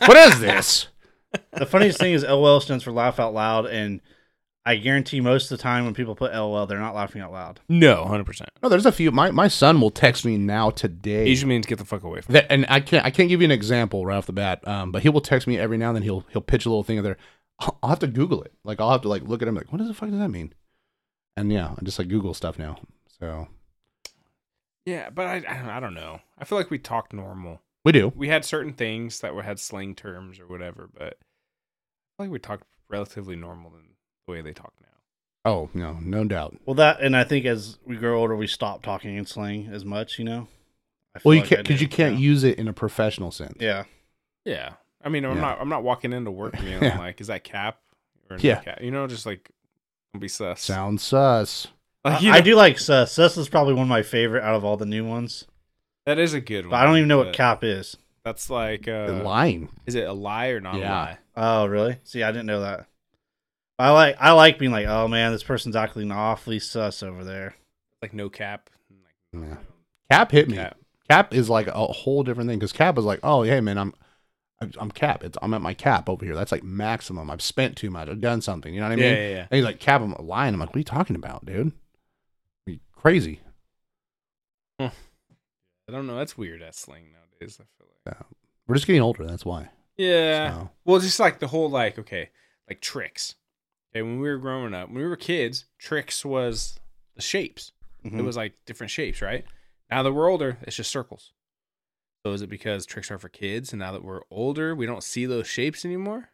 S3: what is this?
S2: the funniest thing is LOL stands for laugh out loud, and I guarantee most of the time when people put LOL, they're not laughing out loud.
S1: no hundred percent.
S3: No, there's a few. My my son will text me now today.
S1: Asian means get the fuck away from.
S3: that and I can't I can't give you an example right off the bat. Um, but he will text me every now and then. He'll he'll pitch a little thing in there. I'll, I'll have to Google it. Like I'll have to like look at him like what does the fuck does that mean? And yeah, I just like Google stuff now. So
S1: Yeah, but I I don't- I don't know. I feel like we talked normal.
S3: we do.
S1: we had certain things that were had slang terms or whatever, but I feel like we talked relatively normal than the way they talk now.
S3: Oh no, no doubt.
S2: Well, that and I think as we grow older, we stop talking in slang as much. You know. I feel
S3: Well, you
S2: like I
S3: can't because
S2: do,
S3: you can't
S2: know?
S3: use it in a professional sense.
S2: Yeah.
S1: Yeah, I mean, I'm
S3: Yeah.
S1: not I'm not walking into work and being
S3: Yeah.
S1: like, "Is that cap?" Or no
S3: Yeah.
S1: cap? you know, just like don't be sus.
S3: Sounds sus.
S1: Like,
S2: I,
S1: Uh, you
S2: I
S1: know,
S2: do like sus. Sus is probably one of my favorite out of all the new ones,
S1: that is a good one.
S2: but I don't even know what
S1: but
S2: cap is.
S1: That's like, uh,
S3: Lying.
S1: is it a lie or not a
S3: Yeah.
S1: lie?
S2: Oh, really? See, I didn't know that. I like I like being like, oh man, this person's acting awfully sus over there.
S1: Like no cap. Like,
S3: Yeah. Cap hit me. Cap,
S1: cap.
S3: is like a whole different thing because Cap is like, oh hey man, I'm. I'm- I'm cap. It's I'm at my cap over here. That's like maximum. I've spent too much. I've done something. You know what I mean?
S1: yeah, yeah, yeah.
S3: And he's like, Cap, I'm lying. I'm like, what are you talking about, dude? You crazy.
S1: I don't know. That's weird. That slang nowadays. I feel like.
S3: We're just getting older. That's why.
S1: Yeah.
S3: So-
S1: Well, just like the whole like okay, like tricks. Okay, when we were growing up, when we were kids, tricks was the shapes.
S2: Mhm.
S1: It was like different shapes, right? Now that we're older, it's just circles. So is it because tricks are for kids, and now that we're older, we don't see those shapes anymore?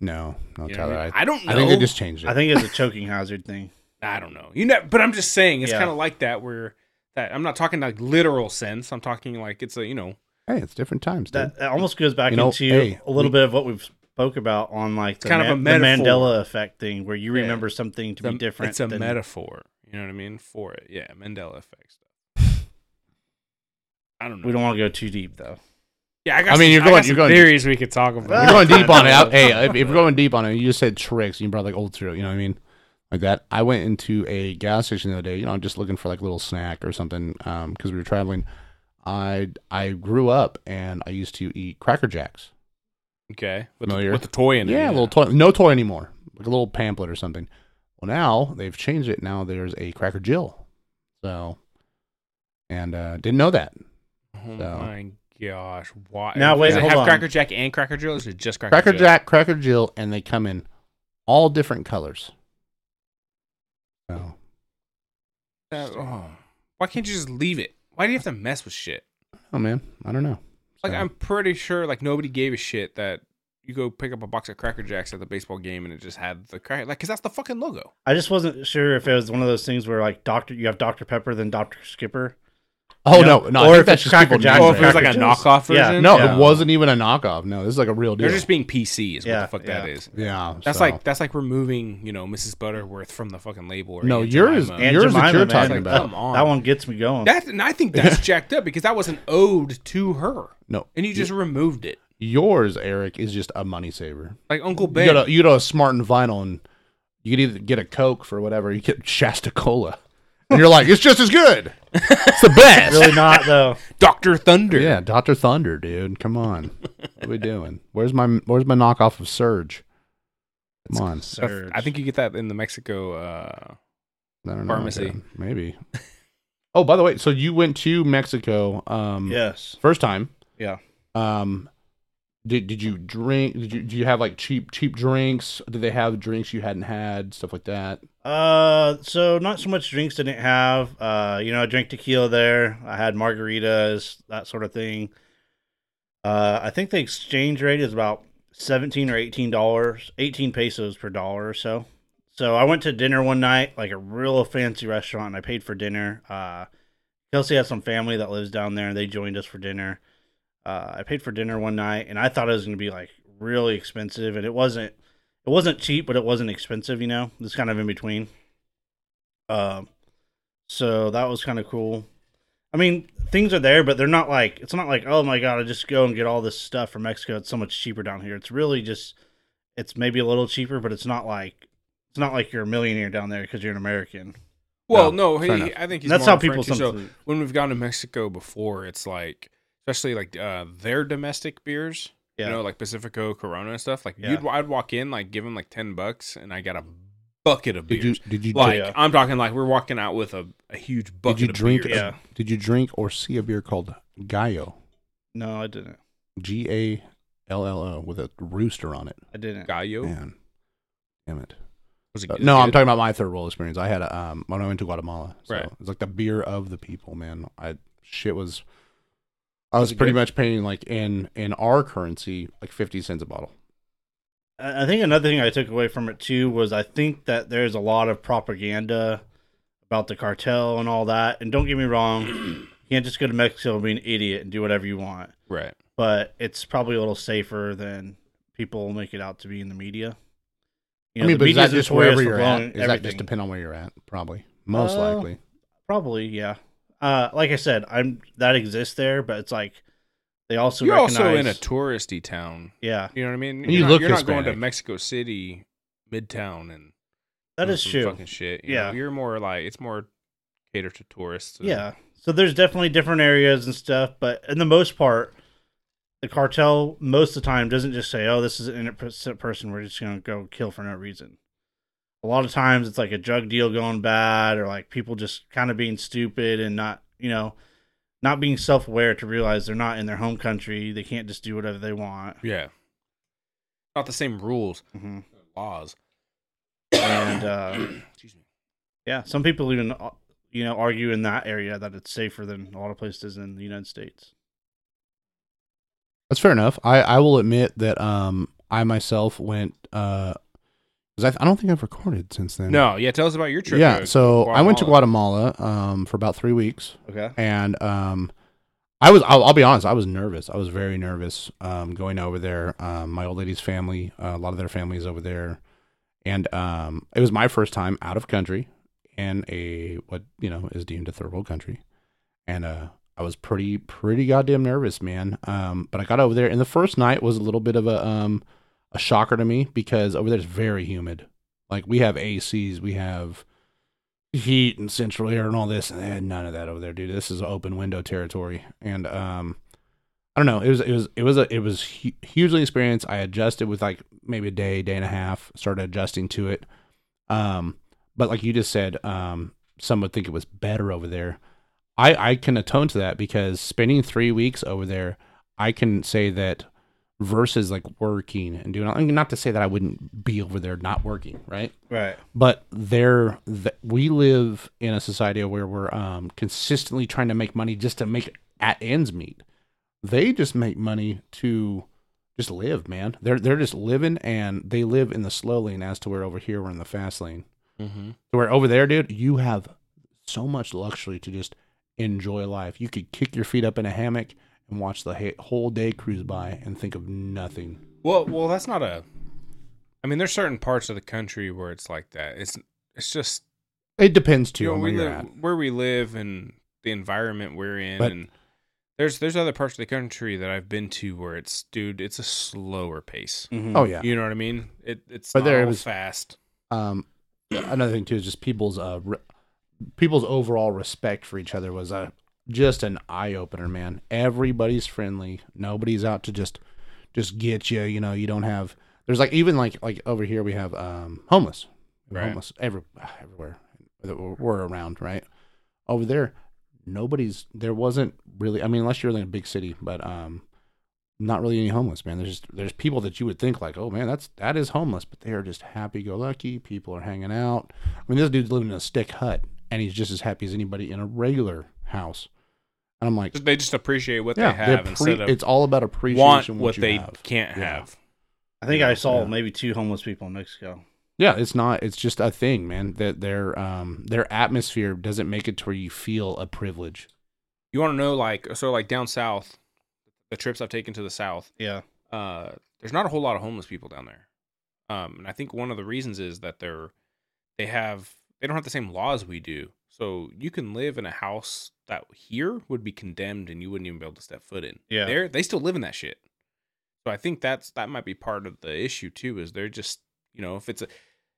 S3: No, no,
S1: You know what
S3: Tyler.
S1: I, mean?
S3: I,
S1: I don't know.
S3: I think they just changed it.
S2: I think it's a choking hazard thing.
S1: I don't know. You know, but I'm just saying it's
S2: Yeah.
S1: kind of like that. Where that I'm not talking like literal sense. I'm talking like it's a you know
S3: hey, it's different times, dude.
S2: That, that almost goes back
S3: You know,
S2: into
S3: hey,
S2: a little
S3: we-
S2: bit of what we've spoke about on like the,
S1: kind of
S2: Man-
S1: a
S2: the
S1: metaphor.
S2: Mandela effect thing, where you
S1: Yeah.
S2: remember something to
S1: it's a-
S2: be different.
S1: It's a
S2: than-
S1: metaphor. You know what I mean for it. Yeah, Mandela effect stuff. I don't know.
S2: We don't want to go too deep though.
S1: Yeah, I, got
S3: I mean,
S1: some-
S3: you're
S1: I got
S3: going- you're
S1: some
S3: going- Ah.
S1: theories we could talk about.
S3: We're going deep on it. I- hey, if, if we're going deep on it, you just said tricks. and You brought like old cereal. You know what I mean? Like that. I went into a gas station the other day. You know, just looking for like a little snack or something because we were traveling. I I grew up and I used to eat Cracker Jacks.
S1: Okay, with the,
S3: Familiar.
S1: with the toy in uh, it.
S3: yeah, a little toy. No toy anymore. Like a little pamphlet or something. Well, now they've changed it. Now there's a Cracker Jill. So, and uh didn't know that.
S1: Oh
S3: So.
S1: my gosh! Why?
S2: Now, wait,
S1: Does it
S2: hold
S1: have
S2: on.
S1: Cracker Jack and Cracker Jill? Or is it just Cracker,
S3: Cracker
S1: Jack?
S3: Jack, Cracker Jill, and they come in all different colors. So
S1: Uh, oh. Why can't you just leave it? Why do you have to mess with shit?
S3: oh man, I don't know.
S1: Like
S3: So,
S1: I'm pretty sure like nobody gave a shit that you go pick up a box of Cracker Jacks at the baseball game and it just had the cracker like because that's the fucking logo.
S2: I just wasn't sure if it was one of those things where like Doctor, you have Doctor Pepper, then Doctor Skipper.
S3: Oh
S2: you know,
S3: no, no,
S2: or
S3: I think
S2: if
S3: that's
S2: it's
S3: just
S2: Cracker
S3: people
S2: Jack
S3: naming
S2: or
S1: Oh, if it was
S3: Cracker
S1: like a
S3: Jills.
S1: knockoff
S2: Yeah.
S1: version.
S3: No,
S2: Yeah.
S3: it wasn't even a knockoff. No, this is like a real deal.
S1: They're just being PC is what
S2: Yeah,
S1: the fuck that
S2: yeah.
S1: is.
S3: yeah,
S1: That's
S3: so-
S1: like that's like removing you know Mrs. Butterworth from the fucking label. Or
S3: no,
S1: Aunt
S3: yours,
S1: Jemima.
S2: Aunt
S3: yours that
S2: Jemima,
S3: you're
S2: man.
S3: talking
S1: Like,
S3: about.
S1: come on.
S2: That one gets me going.
S1: That and I think that's jacked up because that was an ode to her,
S3: No,
S1: and you just removed it.
S3: yours, Eric, is just a money saver.
S1: Like Uncle
S3: You
S1: Ben.
S3: got a you got a smart and vinyl and you could either get a Coke for whatever, you get Shasta Cola. And you're like, it's just as good. It's the best.
S2: Really not though.
S1: Doctor Thunder.
S3: Yeah, Doctor Thunder, dude. Come on, what are we doing? Where's my Where's my knockoff of Surge? Come on,
S1: I th- I think you get that in the Mexico. Uh,
S3: I don't know.
S1: pharmacy.
S3: dude. maybe. Oh, by the way, so you went to Mexico, um,
S2: yes.
S3: first time.
S2: Yeah.
S3: Um, did did you drink? Did you do you have like cheap cheap drinks? Did they have drinks you hadn't had stuff like that?
S2: Uh, so not so much drinks didn't have. Uh, you know, I drank tequila there. I had margaritas, that sort of thing. Uh, I think the exchange rate is about seventeen or eighteen dollars, eighteen pesos per dollar or so. So I went to dinner one night, like a real fancy restaurant, and I paid for dinner. Uh, Kelsey has some family that lives down there, and they joined us for dinner. Uh, I paid for dinner one night, and I thought it was going to be like really expensive, and it wasn't it wasn't cheap, but it wasn't expensive. You know, it's kind of in between. Um, so that was kind of cool. I mean, things are there, but they're not like it's not like oh my god, I just go and get all this stuff from Mexico. It's so much cheaper down here. It's really just it's maybe a little cheaper, but it's not like it's not like you're a millionaire down there because you're an American.
S1: well, no,
S3: fair
S1: he,
S3: enough.
S1: I think he's
S2: That's
S1: more
S2: how people
S1: Frenchy, so
S2: sometimes.
S1: when we've gone to Mexico before, it's like especially like uh, their domestic beers.
S2: yeah.
S1: you know, like Pacifico, Corona, and stuff. Like
S2: Yeah.
S1: you'd, I'd walk in, like give him like ten bucks, and I got a bucket of
S3: Did
S1: beers.
S3: you did you
S1: like
S3: drink,
S2: yeah.
S1: I'm talking like we're walking out with a, a huge bucket.
S3: did you
S1: of
S3: drink
S1: beers.
S2: Yeah.
S3: a- did you drink or see a beer called Gallo
S2: no, I didn't.
S3: G A L L O with a rooster on it?
S2: I didn't.
S1: Gallo?
S3: Man, damn it.
S1: Was it
S3: Uh,
S1: good?
S3: no, I'm
S1: Good?
S3: talking about my third world experience. I had a, um when I went to Guatemala. So
S1: Right.
S3: It's like the beer of the people, man. I shit was. I was,
S1: it
S3: pretty
S1: good?
S3: much paying like in in our currency like fifty cents a bottle.
S2: I I think another thing I took away from it too was I think that there's a lot of propaganda about the cartel and all that. And don't get me wrong, you can't just go to Mexico and be an idiot and do whatever you want.
S1: right.
S2: But it's probably a little safer than people make it out to be in the media. You
S3: I mean,
S2: the
S3: but is that
S2: media's notorious
S3: just wherever
S2: for
S3: you're at?
S2: blowing
S3: Is that just
S2: everything.
S3: depend on where you're at? Probably, most
S2: Uh,
S3: likely.
S2: Probably, yeah. Uh, like I said, I'm that exists there, but it's like they also
S1: You're
S2: recognize,
S1: also in a touristy town.
S2: yeah,
S1: You know what I mean?
S3: And you
S1: you're
S3: look
S1: not, you're not going to
S3: Hispanic.
S1: Mexico City, Midtown, and
S2: that
S1: do
S2: is
S1: some
S2: true.
S1: Fucking shit. you
S2: Yeah.
S1: know? you're more like it's more catered to tourists. and-
S2: Yeah. So there's definitely different areas and stuff, but in the most part, the cartel most of the time doesn't just say, "Oh, this is an innocent person. We're just gonna go kill for no reason." A lot of times, it's like a drug deal going bad, or like people just kind of being stupid and not, you know, not being self-aware to realize they're not in their home country. They can't just do whatever they want.
S1: yeah. Not the same rules,
S2: hmm
S1: laws.
S2: And uh,
S1: Excuse me.
S2: yeah, some people even, uh, you know, argue in that area that it's safer than a lot of places in the United States.
S3: That's fair enough. I, I will admit that um I myself went uh 'cause I, I don't think I've recorded since then.
S1: No, yeah. Tell us about your trip.
S3: Yeah.
S1: to
S3: So I went to Guatemala um for about three weeks.
S2: Okay.
S3: and um i was I'll, I'll be honest i was nervous i was very nervous um going over there um my old lady's family uh, a lot of their families over there and um it was my first time out of country in a what you know is deemed a third world country and uh i was pretty pretty goddamn nervous man um but i got over there and the first night was a little bit of a um a shocker to me because over there's very humid like we have acs we have heat and central air and all this and they had none of that over there dude this is open window territory and um i don't know it was it was it was a, it was hu- hugely experienced i adjusted with like maybe a day day and a half started adjusting to it um but like you just said um some would think it was better over there i i can atone to that because spending three weeks over there i can say that versus like working and doing I mean, not to say that i wouldn't be over there not working right
S2: Right.
S3: but there th- we live in a society where we're um, consistently trying to make money just to make at ends meet they just make money to just live man they're they're just living and they live in the slow lane as to where over here we're in the fast lane
S1: hmm
S3: to where over there dude you have so much luxury to just enjoy life you could kick your feet up in a hammock and watch the ha- whole day cruise by and think of nothing
S1: Well, well, that's not a. I mean, there's certain parts of the country where it's like that. It's it's just
S3: it depends too
S1: you know,
S3: on
S1: we
S3: where you're
S1: live,
S3: at
S1: where we live and the environment we're in,
S3: But-
S1: and there's there's other parts of the country that I've been to where it's dude, it's a slower pace.
S2: Mhm.
S3: oh yeah
S1: You know what I mean? It it's
S3: But
S1: not
S3: there
S1: there
S3: it
S1: all
S3: was-
S1: fast.
S3: Um, another thing too is just people's uh, re- people's overall respect for each other was uh, just an eye opener, man. Everybody's friendly. Nobody's out to just just get you. You know, you don't have. There's like even like like over here we have um homeless,
S1: Right.
S3: homeless every, everywhere that we're, we're around, right? Over there, nobody's. There wasn't really. I mean, unless you're in a big city, but um, not really any homeless, man. There's just, there's people that you would think like, oh man, that's that is homeless, but they are just happy go lucky. People are hanging out. I mean, this dude's living in a stick hut, and he's just as happy as anybody in a regular house. And I'm like,
S1: Just- They just appreciate what
S3: yeah,
S1: they
S3: they're
S1: have
S3: pre-
S1: instead of
S3: it's all about
S1: want
S3: appreciation.
S1: what,
S3: you
S1: they
S3: have.
S1: can't
S3: Yeah.
S1: have.
S2: I think I saw
S3: Yeah.
S2: maybe two homeless people in Mexico.
S3: Yeah, it's not. It's just a thing, man. That their um their atmosphere doesn't make it to where you feel a privilege.
S1: You want to know, like, so like down south, the trips I've taken to the south,
S2: Yeah.
S1: uh, there's not a whole lot of homeless people down there. Um, and I think one of the reasons is that they're they have they don't have the same laws we do. So you can live in a house that here would be condemned and you wouldn't even be able to step foot in.
S2: Yeah.
S1: They're they still live in that shit. So I think that's that might be part of the issue too, is they're just you know, if it's a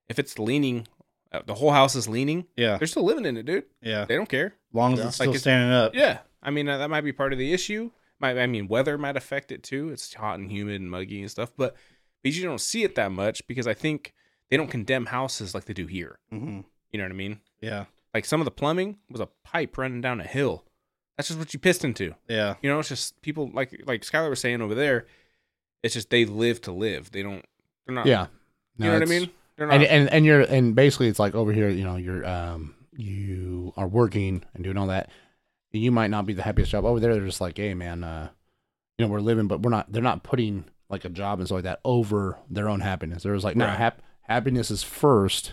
S1: if it's leaning uh, the whole house is leaning,
S2: Yeah.
S1: they're still living in it, dude.
S2: Yeah.
S1: They don't care.
S2: long as
S3: Yeah.
S2: it's
S1: Like
S2: still
S1: it's-
S2: standing up.
S1: Yeah, I mean uh, that might be part of the issue. Might I mean weather might affect it too. It's hot and humid and muggy and stuff, but but you don't see it that much because I think they don't condemn houses like they do here.
S2: hmm
S1: You know what I mean?
S2: Yeah.
S1: Like some of the plumbing was a pipe running down a hill. That's just what you pissed into.
S2: Yeah.
S1: You know, it's just people like like Skylar was saying over there. It's just they live to live. They don't. They're not.
S3: Yeah,
S1: You
S3: No,
S1: know what I
S3: it's-
S1: mean? They're not.
S3: and, and and you're and basically it's like over here you know you're um you are working and doing all that you might not be the happiest job over there they're just like hey man uh you know we're living but we're not they're not putting like a job and stuff like that over their own happiness they're just like no
S1: Right.
S3: hap- happiness is first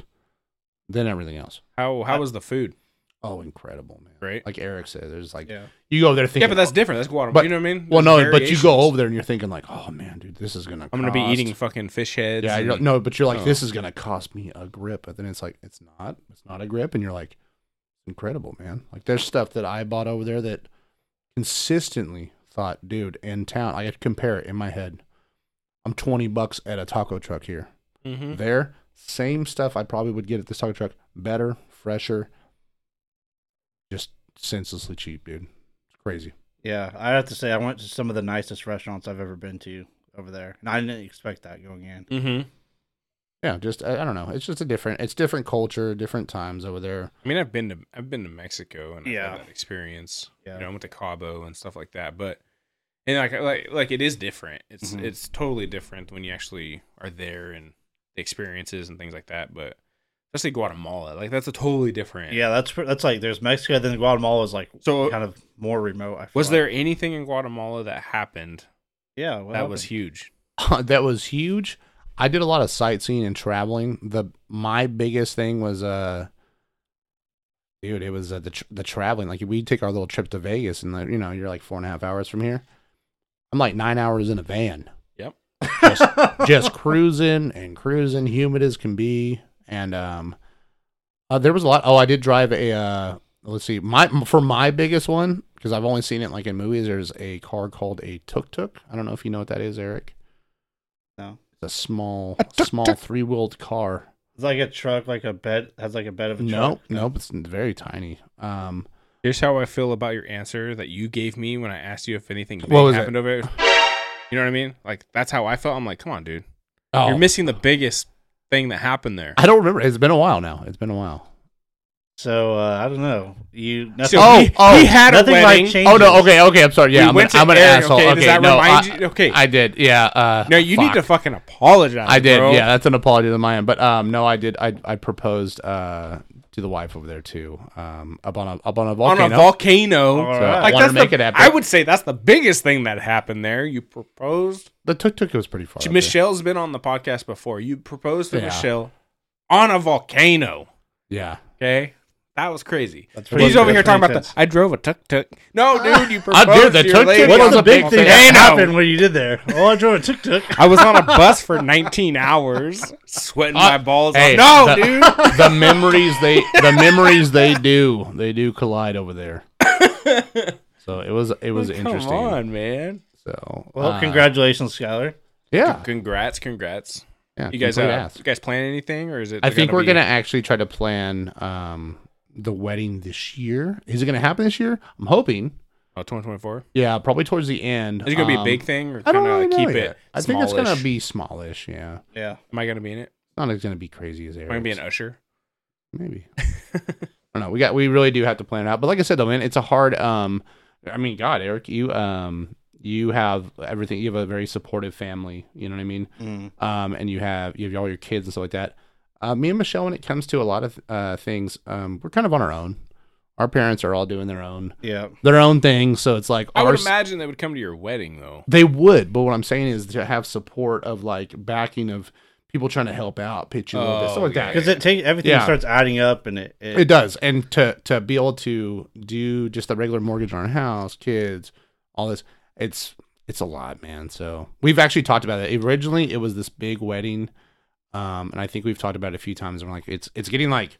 S3: then everything else
S1: how how was the food?
S3: oh incredible man
S1: Right.
S3: like eric said there's like
S2: Yeah.
S3: you go over there thinking oh,
S1: yeah, but that's different. That's Guatemala.
S3: But-
S1: you know what I mean?
S3: well
S1: There's
S3: no but you go
S1: variations.
S3: over there and you're thinking like oh man dude this is gonna
S1: I'm gonna be
S3: cost-
S1: eating fucking fish heads.
S3: yeah, you
S1: and-
S3: don't, no, but you're like,
S1: Oh.
S3: this is gonna cost me a grip, but then it's like, it's not, it's not a grip, and you're like, incredible, man. Like there's stuff that I bought over there that consistently thought, dude, in town, I could compare it in my head. I'm 20 bucks at a taco truck here.
S1: Mhm.
S3: There, same stuff I probably would get at this taco truck, better, fresher, just senselessly cheap, dude. It's crazy.
S2: Yeah. I have to say, I went to some of the nicest restaurants I've ever been to over there, and I didn't expect that going in.
S1: Mm-hmm.
S3: Yeah, just I, I don't know. It's just a different, it's different culture, different times over there.
S1: I mean, I've been to I've been to Mexico and I've
S2: Yeah.
S1: had that experience.
S2: Yeah.
S1: You know, I went to Cabo and stuff like that. But and like like like it is different. It's
S2: Mhm.
S1: it's totally different when you actually are there and the experiences and things like that. But especially Guatemala, like that's a totally different.
S2: Yeah, that's pr- that's like there's Mexico, then Guatemala is like
S1: So
S2: kind of more remote. I feel
S1: was
S2: like.
S1: there anything in Guatemala that happened
S2: Yeah, what
S1: that was
S2: happened?
S1: huge?
S3: that was huge. I did a lot of sightseeing and traveling. The my biggest thing was uh dude, it was uh, the tr- the traveling. Like we take our little trip to Vegas, and like, you know you're like four and a half hours from here. I'm like nine hours in a van,
S1: Yep.
S3: just just cruising and cruising, humid as can be. And um, uh, there was a lot. Oh, I did drive a. Uh, let's see, my for my biggest one because I've only seen it like in movies. There's a car called a tuk tuk. I don't know if you know what that is, Eric.
S2: No.
S3: It's a small, small three wheeled car.
S2: It's like a truck, like a bed has like a bed of a
S3: No,
S2: truck.
S3: nope, it's very tiny. Um,
S1: Here's how I feel about your answer that you gave me when I asked you if anything big
S3: What was it?
S1: happened over there. You know what I mean? Like that's how I felt. I'm like, come on, dude.
S3: oh,
S1: You're missing the biggest thing that happened there.
S3: I don't remember. It's been a while now. It's been a while.
S2: So uh, I don't know. You
S1: So
S2: nothing,
S3: Oh,
S1: he,
S3: oh,
S1: he had a
S2: nothing
S1: wedding.
S2: like changes.
S3: Oh no, okay, okay. I'm sorry. Yeah,
S1: We
S3: I'm,
S1: went to
S3: an, I'm an
S1: Eric,
S3: asshole.
S1: okay,
S3: Okay,
S1: does that
S3: no,
S1: remind
S3: I,
S1: you- okay.
S3: I did. Yeah. Uh,
S1: No, you need
S3: fuck.
S1: to fucking apologize.
S3: I did.
S1: bro.
S3: Yeah, that's an apology to my end. But um, no, I did. I I proposed uh to the wife over there too. Um, up on a up on a volcano.
S1: on a volcano.
S2: All
S3: So
S2: right.
S3: I
S1: Like,
S3: wanted
S1: that's
S3: to make
S1: the-
S3: it happen.
S1: I would say that's the biggest thing that happened there. You proposed.
S3: the tuk tuk was pretty far. up there.
S1: Michelle's been on the podcast before. You proposed to
S3: Yeah.
S1: Michelle on a volcano.
S3: Yeah.
S1: Okay, that was crazy.
S2: That's
S1: But he's
S2: pretty-
S1: over here
S2: that's
S1: talking
S2: pretty
S1: about the.
S2: intense.
S1: I drove a tuk tuk. No, dude, you
S3: I
S1: proposed.
S3: did. The
S1: to your
S3: tuk-tuk
S1: lady
S3: was
S1: on
S2: What's
S3: a
S2: the big thing that
S1: volcano.
S2: happened when you did there? Oh, I drove a tuk tuk.
S1: I was on a bus for 19 hours, sweating my
S3: Uh,
S1: balls.
S3: hey,
S1: off. No,
S3: the-
S1: dude.
S3: the memories they the memories they do they do collide over there. So it was it was
S1: Come
S3: interesting.
S1: on, man.
S3: So
S2: Well,
S3: uh,
S2: congratulations, Skylar.
S3: Yeah,
S1: Congrats, congrats.
S3: Yeah,
S1: You guys,
S3: complete
S1: uh,
S3: ass.
S1: you guys plan anything, or is it?
S3: I think we're
S1: be-
S3: gonna actually try to plan um the wedding this year. Is it gonna happen this year? I'm hoping.
S1: Oh, 2024.
S3: Yeah, probably towards the end.
S1: Is it gonna be a
S3: Um,
S1: big thing, or
S3: I don't
S1: kinda
S3: really know
S1: keep
S3: yet.
S1: it?
S3: I think it's gonna
S1: smallish?
S3: be smallish. Yeah,
S2: Yeah.
S1: Am I gonna be in it?
S3: it's not as gonna be crazy as
S1: Am I gonna
S3: Eric's.
S1: be an usher?
S3: Maybe. I don't know. We got. We really do have to plan it out. But like I said, though, man, it's a hard. Um, I mean, God, Eric, you um, you have everything. You have a very supportive family. You know what I mean.
S2: Mm.
S3: um, and you have you have all your kids and stuff like that. Uh, me and Michelle, when it comes to a lot of uh, things, um, we're kind of on our own. Our parents are all doing their own
S2: Yeah.
S3: their own thing, so it's like
S1: I
S3: our
S1: would imagine they would come to your wedding though.
S3: they would, but what I'm saying is to have support of like backing of people trying to help out, pitch in a little bit,
S1: Oh,
S3: stuff like
S1: yeah,
S3: that.
S2: Because it takes everything
S3: Yeah.
S2: starts adding up, and it, it,
S3: It does, and to to be able to do just the regular mortgage on our house, kids, all this, it's it's a lot, man. So we've actually talked about it. Originally, it was this big wedding, um, and I think we've talked about it a few times. And we're like, it's it's getting like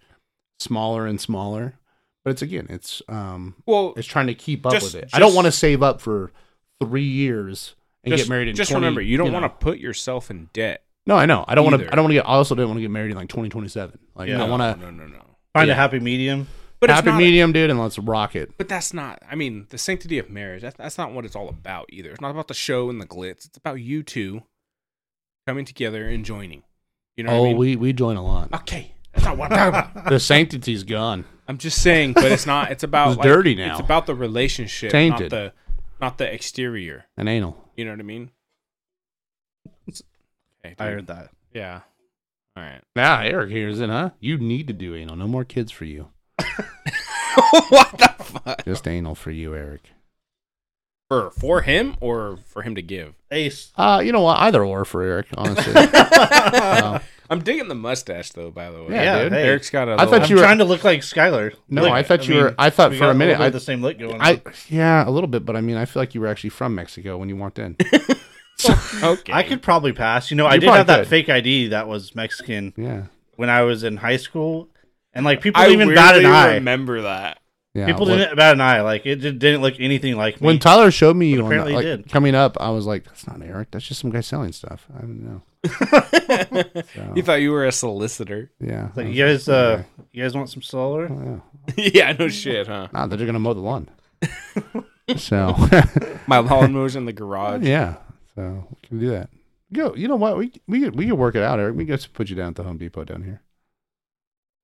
S3: smaller and smaller, but it's again, it's um,
S1: Well,
S3: it's trying to keep up
S1: Just-
S3: with it. I don't
S1: just-
S3: want to save up for three years and
S1: just,
S3: get married. In
S1: just
S3: 20
S1: remember, you don't
S3: know.
S1: want to put yourself in debt.
S3: No, I know. I don't want to.
S1: either.
S3: I don't want to get. I also don't want to get married in like twenty twenty seven. Like
S2: Yeah.
S3: I want to
S1: No, no, no.
S2: find
S3: yeah.
S2: a happy medium.
S1: But it's
S3: happy
S1: not.
S3: medium, dude, and let's rock it.
S1: but that's not. I mean, the sanctity of marriage. That's, that's not what it's all about either. It's not about the show and the glitz. It's about you two coming together and joining. You know
S3: oh,
S1: what I mean?
S3: we we join a lot.
S1: okay, that's not what I'm talking about.
S3: the sanctity's gone.
S1: I'm just saying, but it's not. It's about
S3: It's dirty now.
S1: It's about the relationship,
S3: Tainted.
S1: not the not the exterior.
S3: An anal.
S1: You know what I mean? Okay, dude.
S2: I heard that.
S1: Yeah. All right.
S3: Nah, Eric hears it, huh? You need to do anal. No more kids for you.
S1: what the fuck?
S3: Just anal for you, Eric.
S1: For for him or for him to give?
S2: Ace.
S3: Uh, you know what? Either or for Eric, honestly. Uh,
S1: I'm digging the mustache though. By the way,
S3: Yeah, dude.
S2: hey.
S1: Eric's got a.
S3: I
S1: little-
S3: thought
S2: I'm
S3: you were-
S2: trying to look like Skylar.
S3: no,
S2: Look,
S3: I thought you
S2: mean,
S3: were. I thought
S2: we
S3: for
S2: got
S3: a minute.
S2: little bit of
S3: I,
S2: the same look going.
S3: I
S2: on.
S3: yeah, a little bit, but I mean, I feel like you were actually from Mexico when you walked in.
S1: okay.
S2: I could probably pass. You know, I
S3: You
S2: did
S3: probably
S2: have that
S3: could.
S2: fake ID that was Mexican
S3: Yeah,
S2: when I was in high school, and like people
S1: I
S2: even bat an
S1: weirdly
S2: eye.
S1: remember that.
S3: yeah.
S2: People
S3: When-
S2: didn't bat an eye. Like it did, didn't look anything like me.
S3: When Tyler showed me you on the,
S2: apparently he
S3: like,
S2: did.
S3: coming up, I was like, "That's not Eric. That's just some guy selling stuff." I don't know. So,
S1: You thought you were a solicitor.
S3: yeah.
S2: like
S3: I was
S2: you guys, uh,
S3: okay.
S2: you guys want some solar?
S3: Oh, yeah.
S1: yeah, no shit, huh?
S3: Nah, they're gonna mow the lawn. so
S1: My lawnmower's in the garage.
S3: yeah, so we can do that. Go. You know what? We we could- we could work it out, Eric. We could just put you down at the Home Depot down here.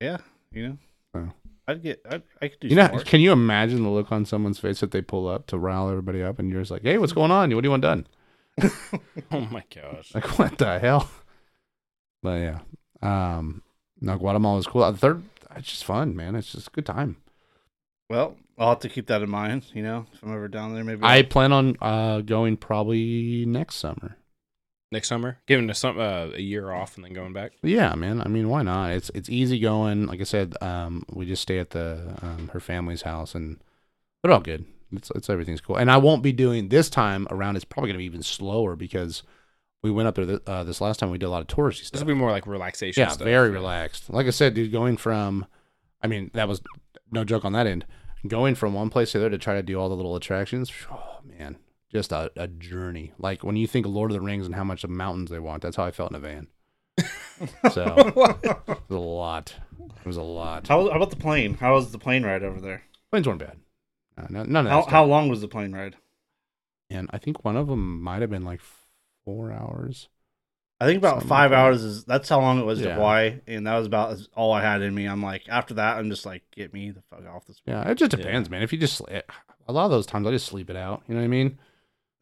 S2: Yeah, you know.
S3: Oh.
S2: I'd get. I'd, I could do.
S3: You know?
S2: smart.
S3: Can you imagine the look on someone's face that they pull up to rile everybody up, and you're just like, "Hey, what's going on? What do you want done?"
S1: Oh my gosh.
S3: Like, what the hell? But yeah, um, no, Guatemala is cool. Uh, Third, it's just fun, man. It's just a good time.
S2: Well, I'll have to keep that in mind. You know, if I'm ever down there, maybe.
S3: I plan on uh going probably next summer.
S1: Next summer, giving us some uh, a year off and then going back.
S3: But yeah, man. I mean, why not? It's it's easy going. Like I said, um, we just stay at the um, her family's house, and they're all good. It's it's everything's cool. And I won't be doing this time around. It's probably gonna be even slower because we went up there th- uh, this last time. We did a lot of touristy
S1: This
S3: stuff.
S1: will be more like relaxation.
S3: yeah,
S1: stuff.
S3: very relaxed. Like I said, dude, going from, I mean, that was no joke on that end. Going from one place to the other to try to do all the little attractions. Oh man, just a, a journey. Like when you think of Lord of the Rings and how much of mountains they want, that's how I felt in a van. So it was a lot. It was a lot.
S2: How, how about the plane? How was the plane ride over there?
S3: Planes weren't bad. No, Oh, no, none of that.
S2: How
S3: stuff.
S2: how long was the plane ride?
S3: and I think one of them might have been like four hours.
S2: I think about
S3: Something
S2: five
S3: like that.
S2: hours is that's how long it was to
S3: Yeah.
S2: Hawaii, and that was about as- all I had in me. I'm like, after that, I'm just like, get me the fuck off this.
S3: Yeah, it just
S1: Yeah.
S3: depends, man. If you just sli- a lot of those times I just sleep it out. You know what I mean?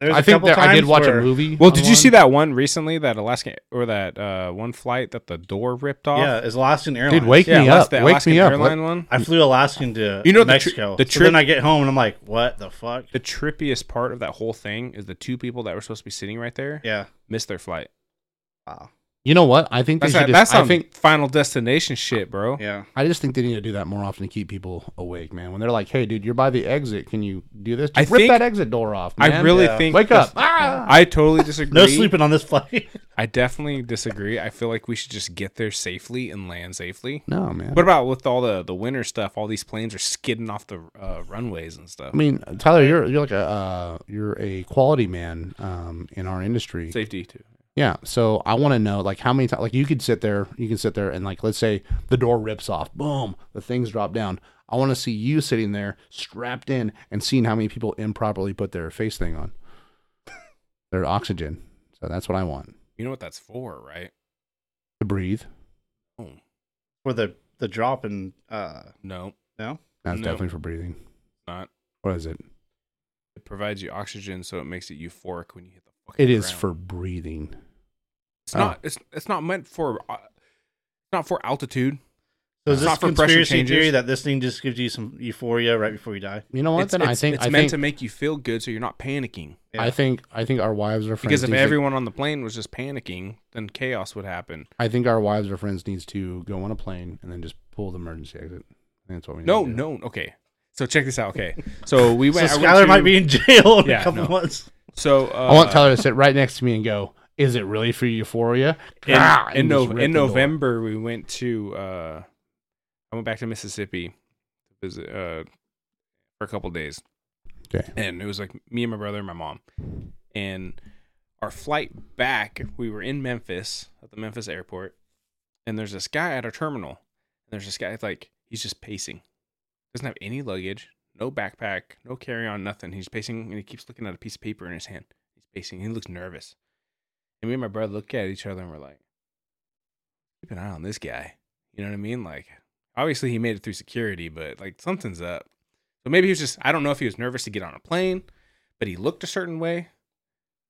S2: There's
S3: I
S2: a
S3: think
S2: couple
S3: that I did
S2: times
S3: watch
S2: where-
S3: a movie.
S1: Well,
S3: on
S1: did you
S3: one.
S1: see that one recently? That Alaska or that uh, one flight that the door ripped off?
S2: Yeah, it's Alaskan Airlines.
S3: Dude, wake
S1: yeah,
S3: me
S1: Alas-
S3: up!
S1: the
S3: Wake
S1: Alaskan
S3: me up!
S1: Airline one.
S2: I flew Alaskan to
S1: You know the tri-
S2: Mexico.
S1: the
S2: so then
S1: trip-
S2: I get home and I'm like, what the fuck?
S1: The trippiest part of that whole thing is the two people that were supposed to be sitting right there
S2: Yeah.
S1: missed their flight.
S2: Wow.
S3: You know what? I think they
S1: That's
S3: should
S1: not,
S3: just,
S1: that's um,
S3: I
S1: on
S3: think
S1: Final Destination shit, bro.
S2: Yeah.
S3: I just think they need to do that more often to keep people awake, man. When they're like, "Hey, dude, you're by the exit. Can you do this?
S1: I
S3: Just rip
S1: think-
S3: that exit door off, man.
S1: I really
S2: Yeah.
S1: think
S3: wake
S1: this-
S3: up. Ah!
S1: I totally disagree.
S2: No sleeping on this flight.
S1: I definitely disagree. I feel like we should just get there safely and land safely.
S3: no, man.
S1: What about with all the the winter stuff? All these planes are skidding off the uh, runways and stuff.
S3: I mean, Tyler, you're you're like a uh, you're a quality man um, in our industry.
S1: Safety too.
S3: Yeah. So I want to know like how many times like you could sit there, you can sit there and like let's say the door rips off, boom, the things drop down. I want to see you sitting there strapped in and seeing how many people improperly put their face thing on. their oxygen. So that's what I want.
S1: You know what that's for, right?
S3: To breathe.
S1: Oh,
S2: for the the drop and uh
S1: no,
S2: no
S3: That's
S1: No.
S3: definitely for breathing.
S1: not.
S3: What is it?
S1: It provides you oxygen, so it makes it euphoric when you hit the fucking
S3: It is
S1: ground.
S3: for breathing.
S1: It's
S3: Oh.
S1: not. It's it's not meant for. Uh, it's not for altitude.
S2: so is
S1: It's
S2: this
S1: not for pressure
S2: conspiracy
S1: changes.
S2: theory that this thing just gives you some euphoria right before you die
S3: You know what?
S1: it's
S3: then I
S1: it's-
S3: think
S1: it's
S3: I
S1: meant
S3: think,
S1: to make you feel good, so you're not panicking.
S3: I think I think our wives or friends
S1: Because if
S3: need to-
S1: everyone on the plane was just panicking, then chaos would happen.
S3: I think our wives or friends needs to go on a plane and then just pull the emergency exit. I think that's what we need
S1: No,
S3: to do.
S1: no, okay. So check this out. Okay, so we
S2: so
S1: went. I went
S2: Skylar
S1: to-
S2: might be in jail in
S1: Yeah,
S2: a couple
S1: no.
S2: months
S1: So uh,
S3: I want Tyler to sit right next to me and go, "Is it really for euphoria?"
S1: in,
S3: Ah,
S1: in,
S3: and
S1: no,
S3: just rip
S1: in
S3: the door.
S1: November, we went to uh, I went back to Mississippi to visit uh, for a couple days.
S3: Okay.
S1: And it was like me and my brother and my mom. And our flight back, we were in Memphis at the Memphis airport, and there's this guy at our terminal. And there's this guy it's like he's just pacing. Doesn't have any luggage, no backpack, no carry on, nothing. He's pacing and he keeps looking at a piece of paper in his hand. He's pacing. He looks nervous. And me and my brother look at each other and we're like, keep an eye on this guy. You know what I mean? Like, obviously he made it through security, but like something's up. So maybe he was just, I don't know if he was nervous to get on a plane, but he looked a certain way.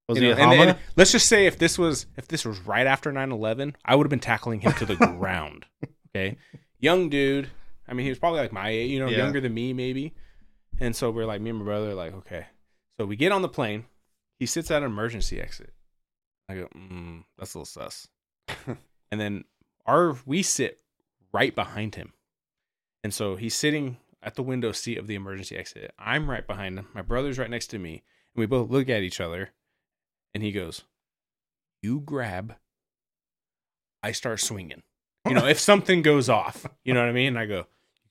S2: was
S1: You
S2: he a
S1: know, and-
S2: homo?
S1: and let's just say if this was if this was right after 9-11, I would have been tackling him to the ground. Okay. Young dude. I mean, he was probably like my age, you know,
S2: Yeah.
S1: younger than me, maybe. And so we're like, me and my brother are like, okay. So we get on the plane. He sits at an emergency exit. I go, mm, that's a little sus. and then our we sit right behind him. And so he's sitting at the window seat of the emergency exit. I'm right behind him. My brother's right next to me. And we both look at each other. And he goes, You grab, I start swinging. You know, if something goes off, you know what I mean? And I go,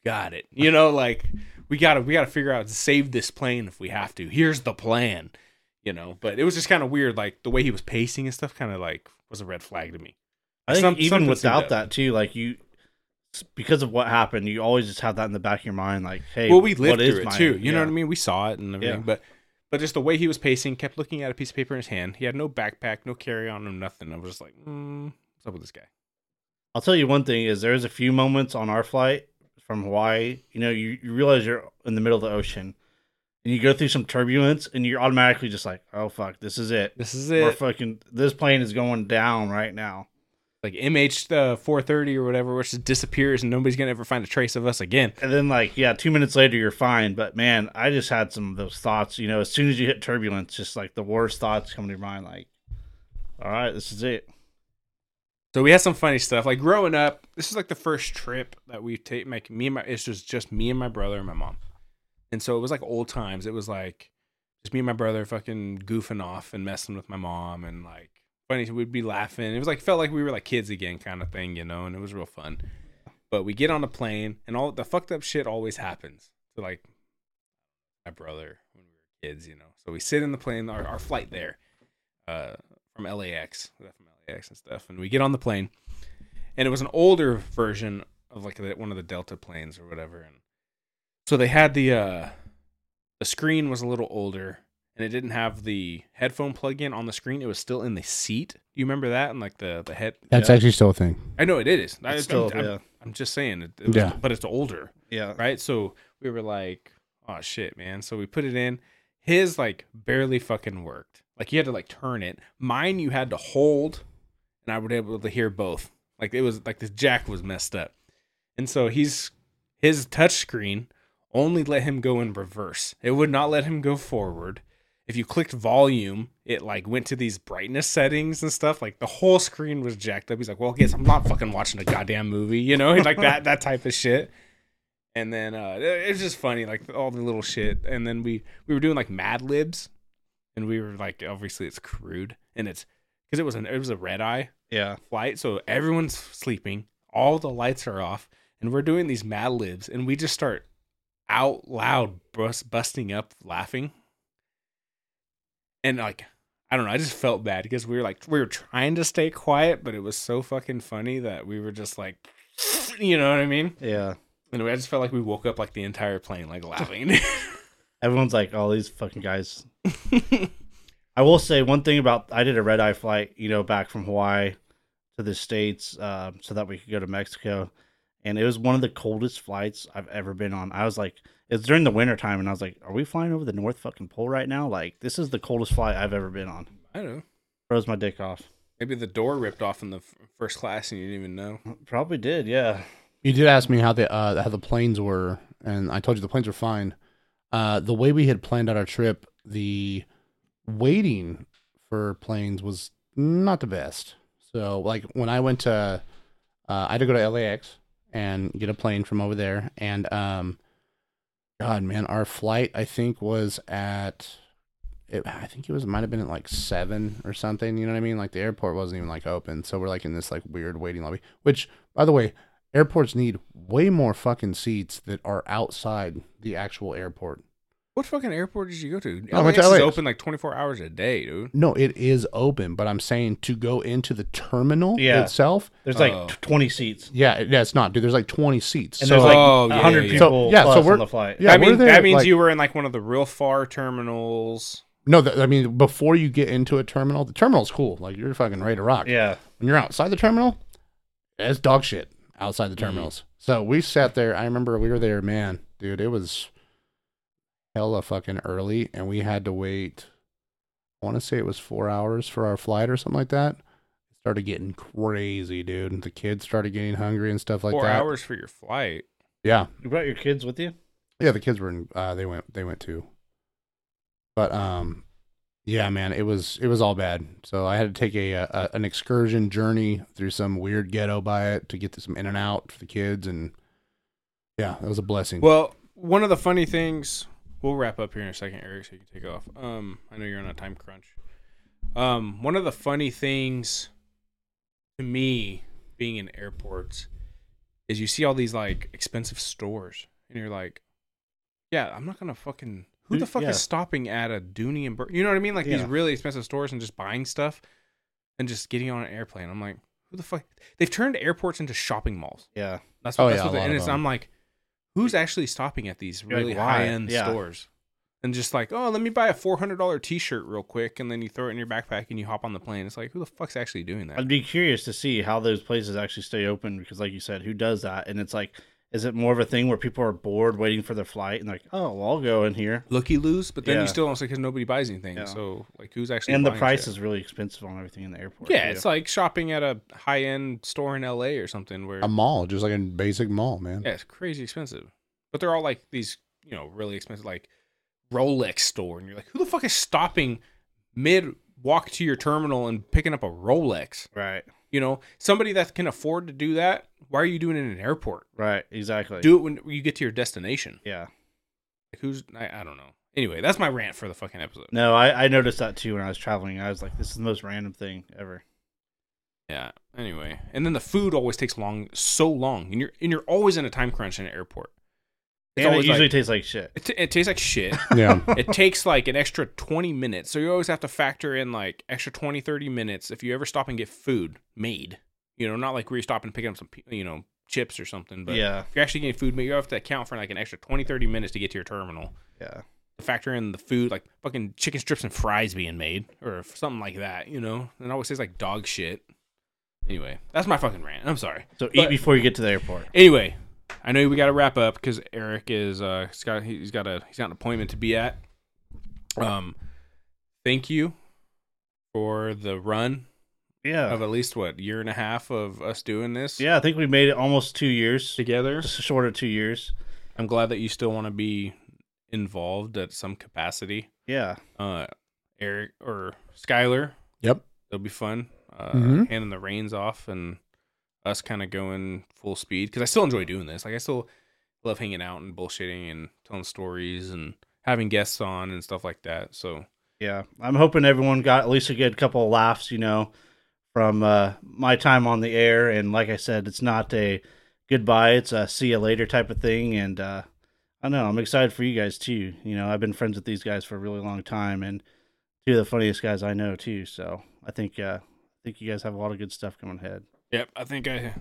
S1: Got it. You know, like we gotta we gotta figure out to save this plane if we have to. Here's the plan. You know, but it was just kind of weird, like the way he was pacing and stuff kind of like was a red flag to me.
S2: I think
S1: Some-
S2: even
S1: something
S2: without
S1: seemed up.
S2: that too, like you, because of what happened, you always just have that in the back of your mind, like, hey,
S1: well, we lived
S2: what is
S1: through it
S2: my-
S1: too. You know
S2: yeah.
S1: what I mean? We saw it and everything,
S2: Yeah.
S1: but but just the way he was pacing, kept looking at a piece of paper in his hand. He had no backpack, no carry on, no nothing. I was just like, mm, what's up with this guy?
S2: I'll tell you one thing: is there was a few moments on our flight from Hawaii. You know, you, you realize you're in the middle of the ocean, and you go through some turbulence, and you're automatically just like, oh fuck, this is it.
S1: This is
S2: We're
S1: it.
S2: fucking. This plane is going down right now.
S1: like MH uh, 430 or whatever, which just disappears and nobody's gonna ever find a trace of us again.
S2: And then, like, yeah, two minutes later, you're fine. But man, I just had some of those thoughts. You know, as soon as you hit turbulence, just like the worst thoughts come to your mind. Like, all right, this is it.
S1: So we had some funny stuff. Like growing up, this is like the first trip that we take. Like me and my, it's just just me and my brother and my mom, and so it was like old times. It was like just me and my brother fucking goofing off and messing with my mom and like funny. We'd be laughing. It was like felt like we were like kids again, kind of thing, you know. And it was real fun. But we get on a plane, and all the fucked up shit always happens to like my brother when we were kids, you know. So we sit in the plane, our, our flight there, uh, from LAX, we left from LAX and stuff, and we get on the plane, and it was an older version of like the, one of the Delta planes or whatever, and so they had the uh, the screen was a little older, and it didn't have the headphone plug-in on the screen. It was still in the seat. Do you remember that? And like the the head.
S3: That's
S2: Yeah.
S3: actually still a thing.
S1: I know it is. I,
S2: It's still,
S1: I'm, I'm-
S2: yeah.
S1: I'm just saying. It, it was-
S3: Yeah.
S1: But it's older
S2: Yeah.
S1: right? So we were like, oh shit, man. So we put it in. His like barely fucking worked. Like you had to like turn it. Mine you had to hold, and I was able to hear both. Like it was like this jack was messed up, and so he's his touch screen only let him go in reverse. It would not let him go forward. If you clicked volume, it like went to these brightness settings and stuff. Like the whole screen was jacked up. He's like, "Well, guess I'm not fucking watching a goddamn movie," you know, like that that type of shit. And then uh, it was just funny, like all the little shit. And then we we were doing like Mad Libs, and we were like, obviously it's crude, and it's because it was an it was a red eye
S2: Yeah.
S1: flight, so everyone's sleeping, all the lights are off, and we're doing these Mad Libs, and we just start out loud bus- busting up laughing, and like I don't know. I just felt bad because we were like we were trying to stay quiet, but it was so fucking funny that we were just like, you know what I mean?
S2: Yeah.
S1: And I just felt like we woke up like the entire plane like laughing.
S2: Everyone's like, all these fucking guys. I will say one thing about I did a red eye flight, you know, back from Hawaii to the States uh, so that we could go to Mexico. And it was one of the coldest flights I've ever been on. I was like, it's during the winter time, and I was like, are we flying over the North fucking pole right now? Like, this is the coldest flight I've ever been on.
S1: I don't know.
S2: Froze my dick off.
S1: Maybe the door ripped off in the f- first class and you didn't even know.
S2: Probably did, yeah.
S3: You did ask me how the uh, how the planes were, and I told you the planes were fine. Uh, the way we had planned out our trip, the waiting for planes was not the best. So, like when I went to, uh, I had to go to LAX and get a plane from over there, and um, God, man, our flight I think was at, it, I think it was might have been at like seven or something. You know what I mean? Like the airport wasn't even like open, so we're like in this like weird waiting lobby. Which, by the way, airports need way more fucking seats that are outside the actual airport.
S1: What fucking airport did you go to?
S3: I went
S1: LAX
S3: to
S1: is
S3: LAX.
S1: open like 24 hours a day, dude.
S3: No, it is open, but I'm saying to go into the terminal
S2: Yeah.
S3: itself.
S2: There's like
S1: Oh.
S2: t- 20 seats,
S3: yeah, it- yeah, it's not, dude. There's like 20 seats.
S2: and
S3: so,
S2: there's like
S1: Oh, yeah,
S2: 100
S1: yeah, yeah.
S3: So,
S2: people
S3: yeah, so
S2: plus
S3: we're-
S2: on the flight.
S3: yeah,
S1: I
S3: we're
S1: mean,
S3: there,
S1: that means
S3: like-
S1: you were in like one of the real far terminals.
S3: no, th- I mean, before you get into a terminal, the terminal's cool. Like, you're fucking ready to rock.
S2: Yeah.
S3: When you're outside the terminal, it's dog shit outside the terminals. So we sat there. I remember we were there, man, dude, it was hella fucking early, and we had to wait. I want to say it was four hours for our flight or something like that. started getting crazy, dude. And the kids started getting hungry and stuff like
S1: Four
S3: that.
S1: hours for your flight.
S3: Yeah,
S2: You brought your kids with you?
S3: yeah. The kids were in. Uh, they went. They went too. But um, yeah, man, it was it was all bad. So I had to take a, a an excursion journey through some weird ghetto by it to get to some in and out for the kids, and yeah, it was a blessing.
S1: Well, one of the funny things we'll wrap up here in a second, Eric, so you can take off. Um, I know you're on a time crunch. Um, one of the funny things to me being in airports is you see all these like expensive stores, and you're like, yeah, I'm not gonna fucking. Who
S2: Who-
S1: the fuck
S2: yeah.
S1: is stopping at a Dooney and Bur- you know what I mean? Like these
S2: Yeah.
S1: really expensive stores and just buying stuff and just getting on an airplane. I'm like, who the fuck? They've turned airports into shopping malls.
S2: Yeah.
S1: That's what,
S3: Oh,
S1: that's
S3: yeah,
S1: what
S3: a
S1: the,
S3: lot
S1: and
S3: of
S1: it's,
S3: them.
S1: I'm like, who's actually stopping at these
S2: You're like,
S1: really
S2: why?
S1: high end
S2: Yeah.
S1: stores? And just like, oh, let me buy a four hundred dollar t shirt real quick, and then you throw it in your backpack and you hop on the plane. It's like, who the fuck's actually doing that?
S2: I'd be curious to see how those places actually stay open because, like you said, who does that? And it's like, is it more of a thing where people are bored waiting for their flight and like, oh, well, I'll go in here?
S1: Looky loos, but then
S2: Yeah.
S1: you still don't because nobody buys anything.
S2: Yeah.
S1: So like, who's actually
S2: And the
S1: buying
S2: price
S1: shit?
S2: is really expensive on everything in the airport.
S1: yeah,
S2: too.
S1: it's like shopping at a high end store in L.A. or something where
S3: a mall, just like a basic mall, man.
S1: yeah, it's crazy expensive. But they're all like these, you know, really expensive like Rolex store, and you're like, who the fuck is stopping mid walk to your terminal and picking up a Rolex?
S2: right,
S1: You know, somebody that can afford to do that, why are you doing it in an airport?
S2: right, exactly.
S1: Do it when you get to your destination.
S2: yeah.
S1: Like who's I, I don't know. Anyway, that's my rant for the fucking episode.
S2: No, I, I noticed that too when I was traveling. I was like, this is the most random thing ever.
S1: Yeah. Anyway, and then the food always takes long, so long, and you're and you're always in a time crunch in an airport. It's
S2: And it
S1: always
S2: usually
S1: like-
S2: tastes like shit.
S1: it, t- it tastes like shit.
S3: Yeah,
S1: it takes like an extra 20 minutes. So you always have to factor in like extra 20, 30 minutes if you ever stop and get food made. You know, not like where you stop and pick up some, pe- you know, chips or something. But
S2: Yeah.
S1: if you're actually getting food made, you have to account for like an extra 20, 30 minutes to get to your terminal.
S2: Yeah.
S1: Factor in the food, like fucking chicken strips and fries being made or something like that, you know? And it always tastes like dog shit. Anyway, that's my fucking rant. I'm sorry.
S2: So
S1: But-
S2: eat before you get to the airport.
S1: Anyway, I know we got to wrap up because Eric is uh he's got he's got a he's got an appointment to be at. Um, thank you for the run
S2: Yeah.
S1: of at least what year and a half of us doing this
S2: Yeah, I think we made it almost two years,
S1: together.
S2: just short of two years.
S1: I'm glad that you still want to be involved at some capacity.
S2: Yeah.
S1: Uh, Eric or Skylar,
S3: yep.
S1: it'll be fun. Uh,
S2: Mm-hmm.
S3: Mhm.
S1: handing the reins off and us kind of going full speed because I still enjoy doing this. Like I still love hanging out and bullshitting and telling stories and having guests on and stuff like that. So
S2: Yeah, I'm hoping everyone got at least a good couple of laughs, you know, from uh, my time on the air. And like I said, it's not a goodbye; it's a see you later type of thing. And uh, I don't know I'm excited for you guys too. You know, I've been friends with these guys for a really long time, and two of the funniest guys I know too. So I think uh, I think you guys have a lot of good stuff coming ahead.
S1: Yep, I think I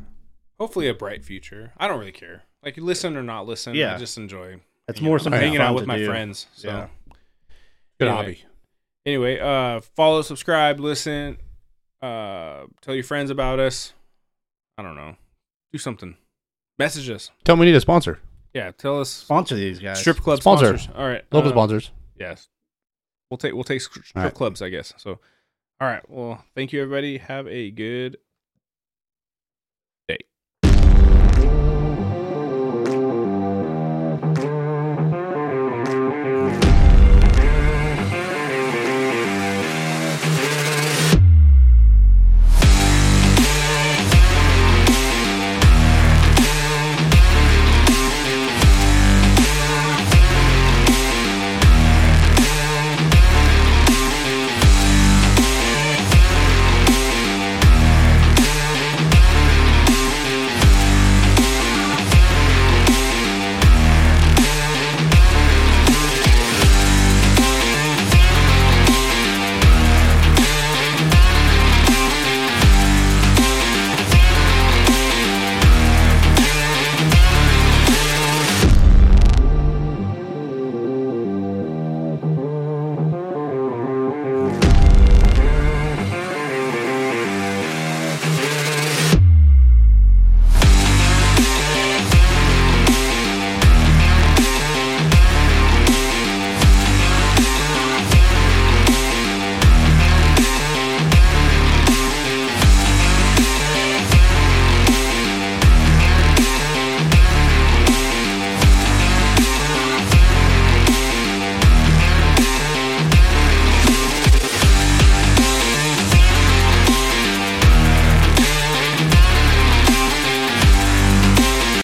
S1: hopefully a bright future. I don't really care. Like you listen or not listen, I
S2: Yeah.
S1: just enjoy
S2: That's
S1: hanging
S2: more
S1: out-
S2: something
S1: hanging
S2: fun
S1: out with
S2: to
S1: my
S2: do.
S1: friends. So
S2: Yeah.
S3: Good
S1: Anyway.
S3: hobby.
S1: anyway, uh follow, subscribe, listen, uh tell your friends about us. I don't know. Do something. Message us.
S3: Tell them we need a sponsor.
S1: Yeah, tell us
S2: Sponsor these guys.
S1: strip club
S3: Sponsor.
S1: sponsors. All right.
S3: Local
S1: uh,
S3: sponsors.
S1: Yes. We'll take we'll take stri- strip
S3: All right.
S1: clubs, I guess. So all right. Well, thank you everybody. Have a good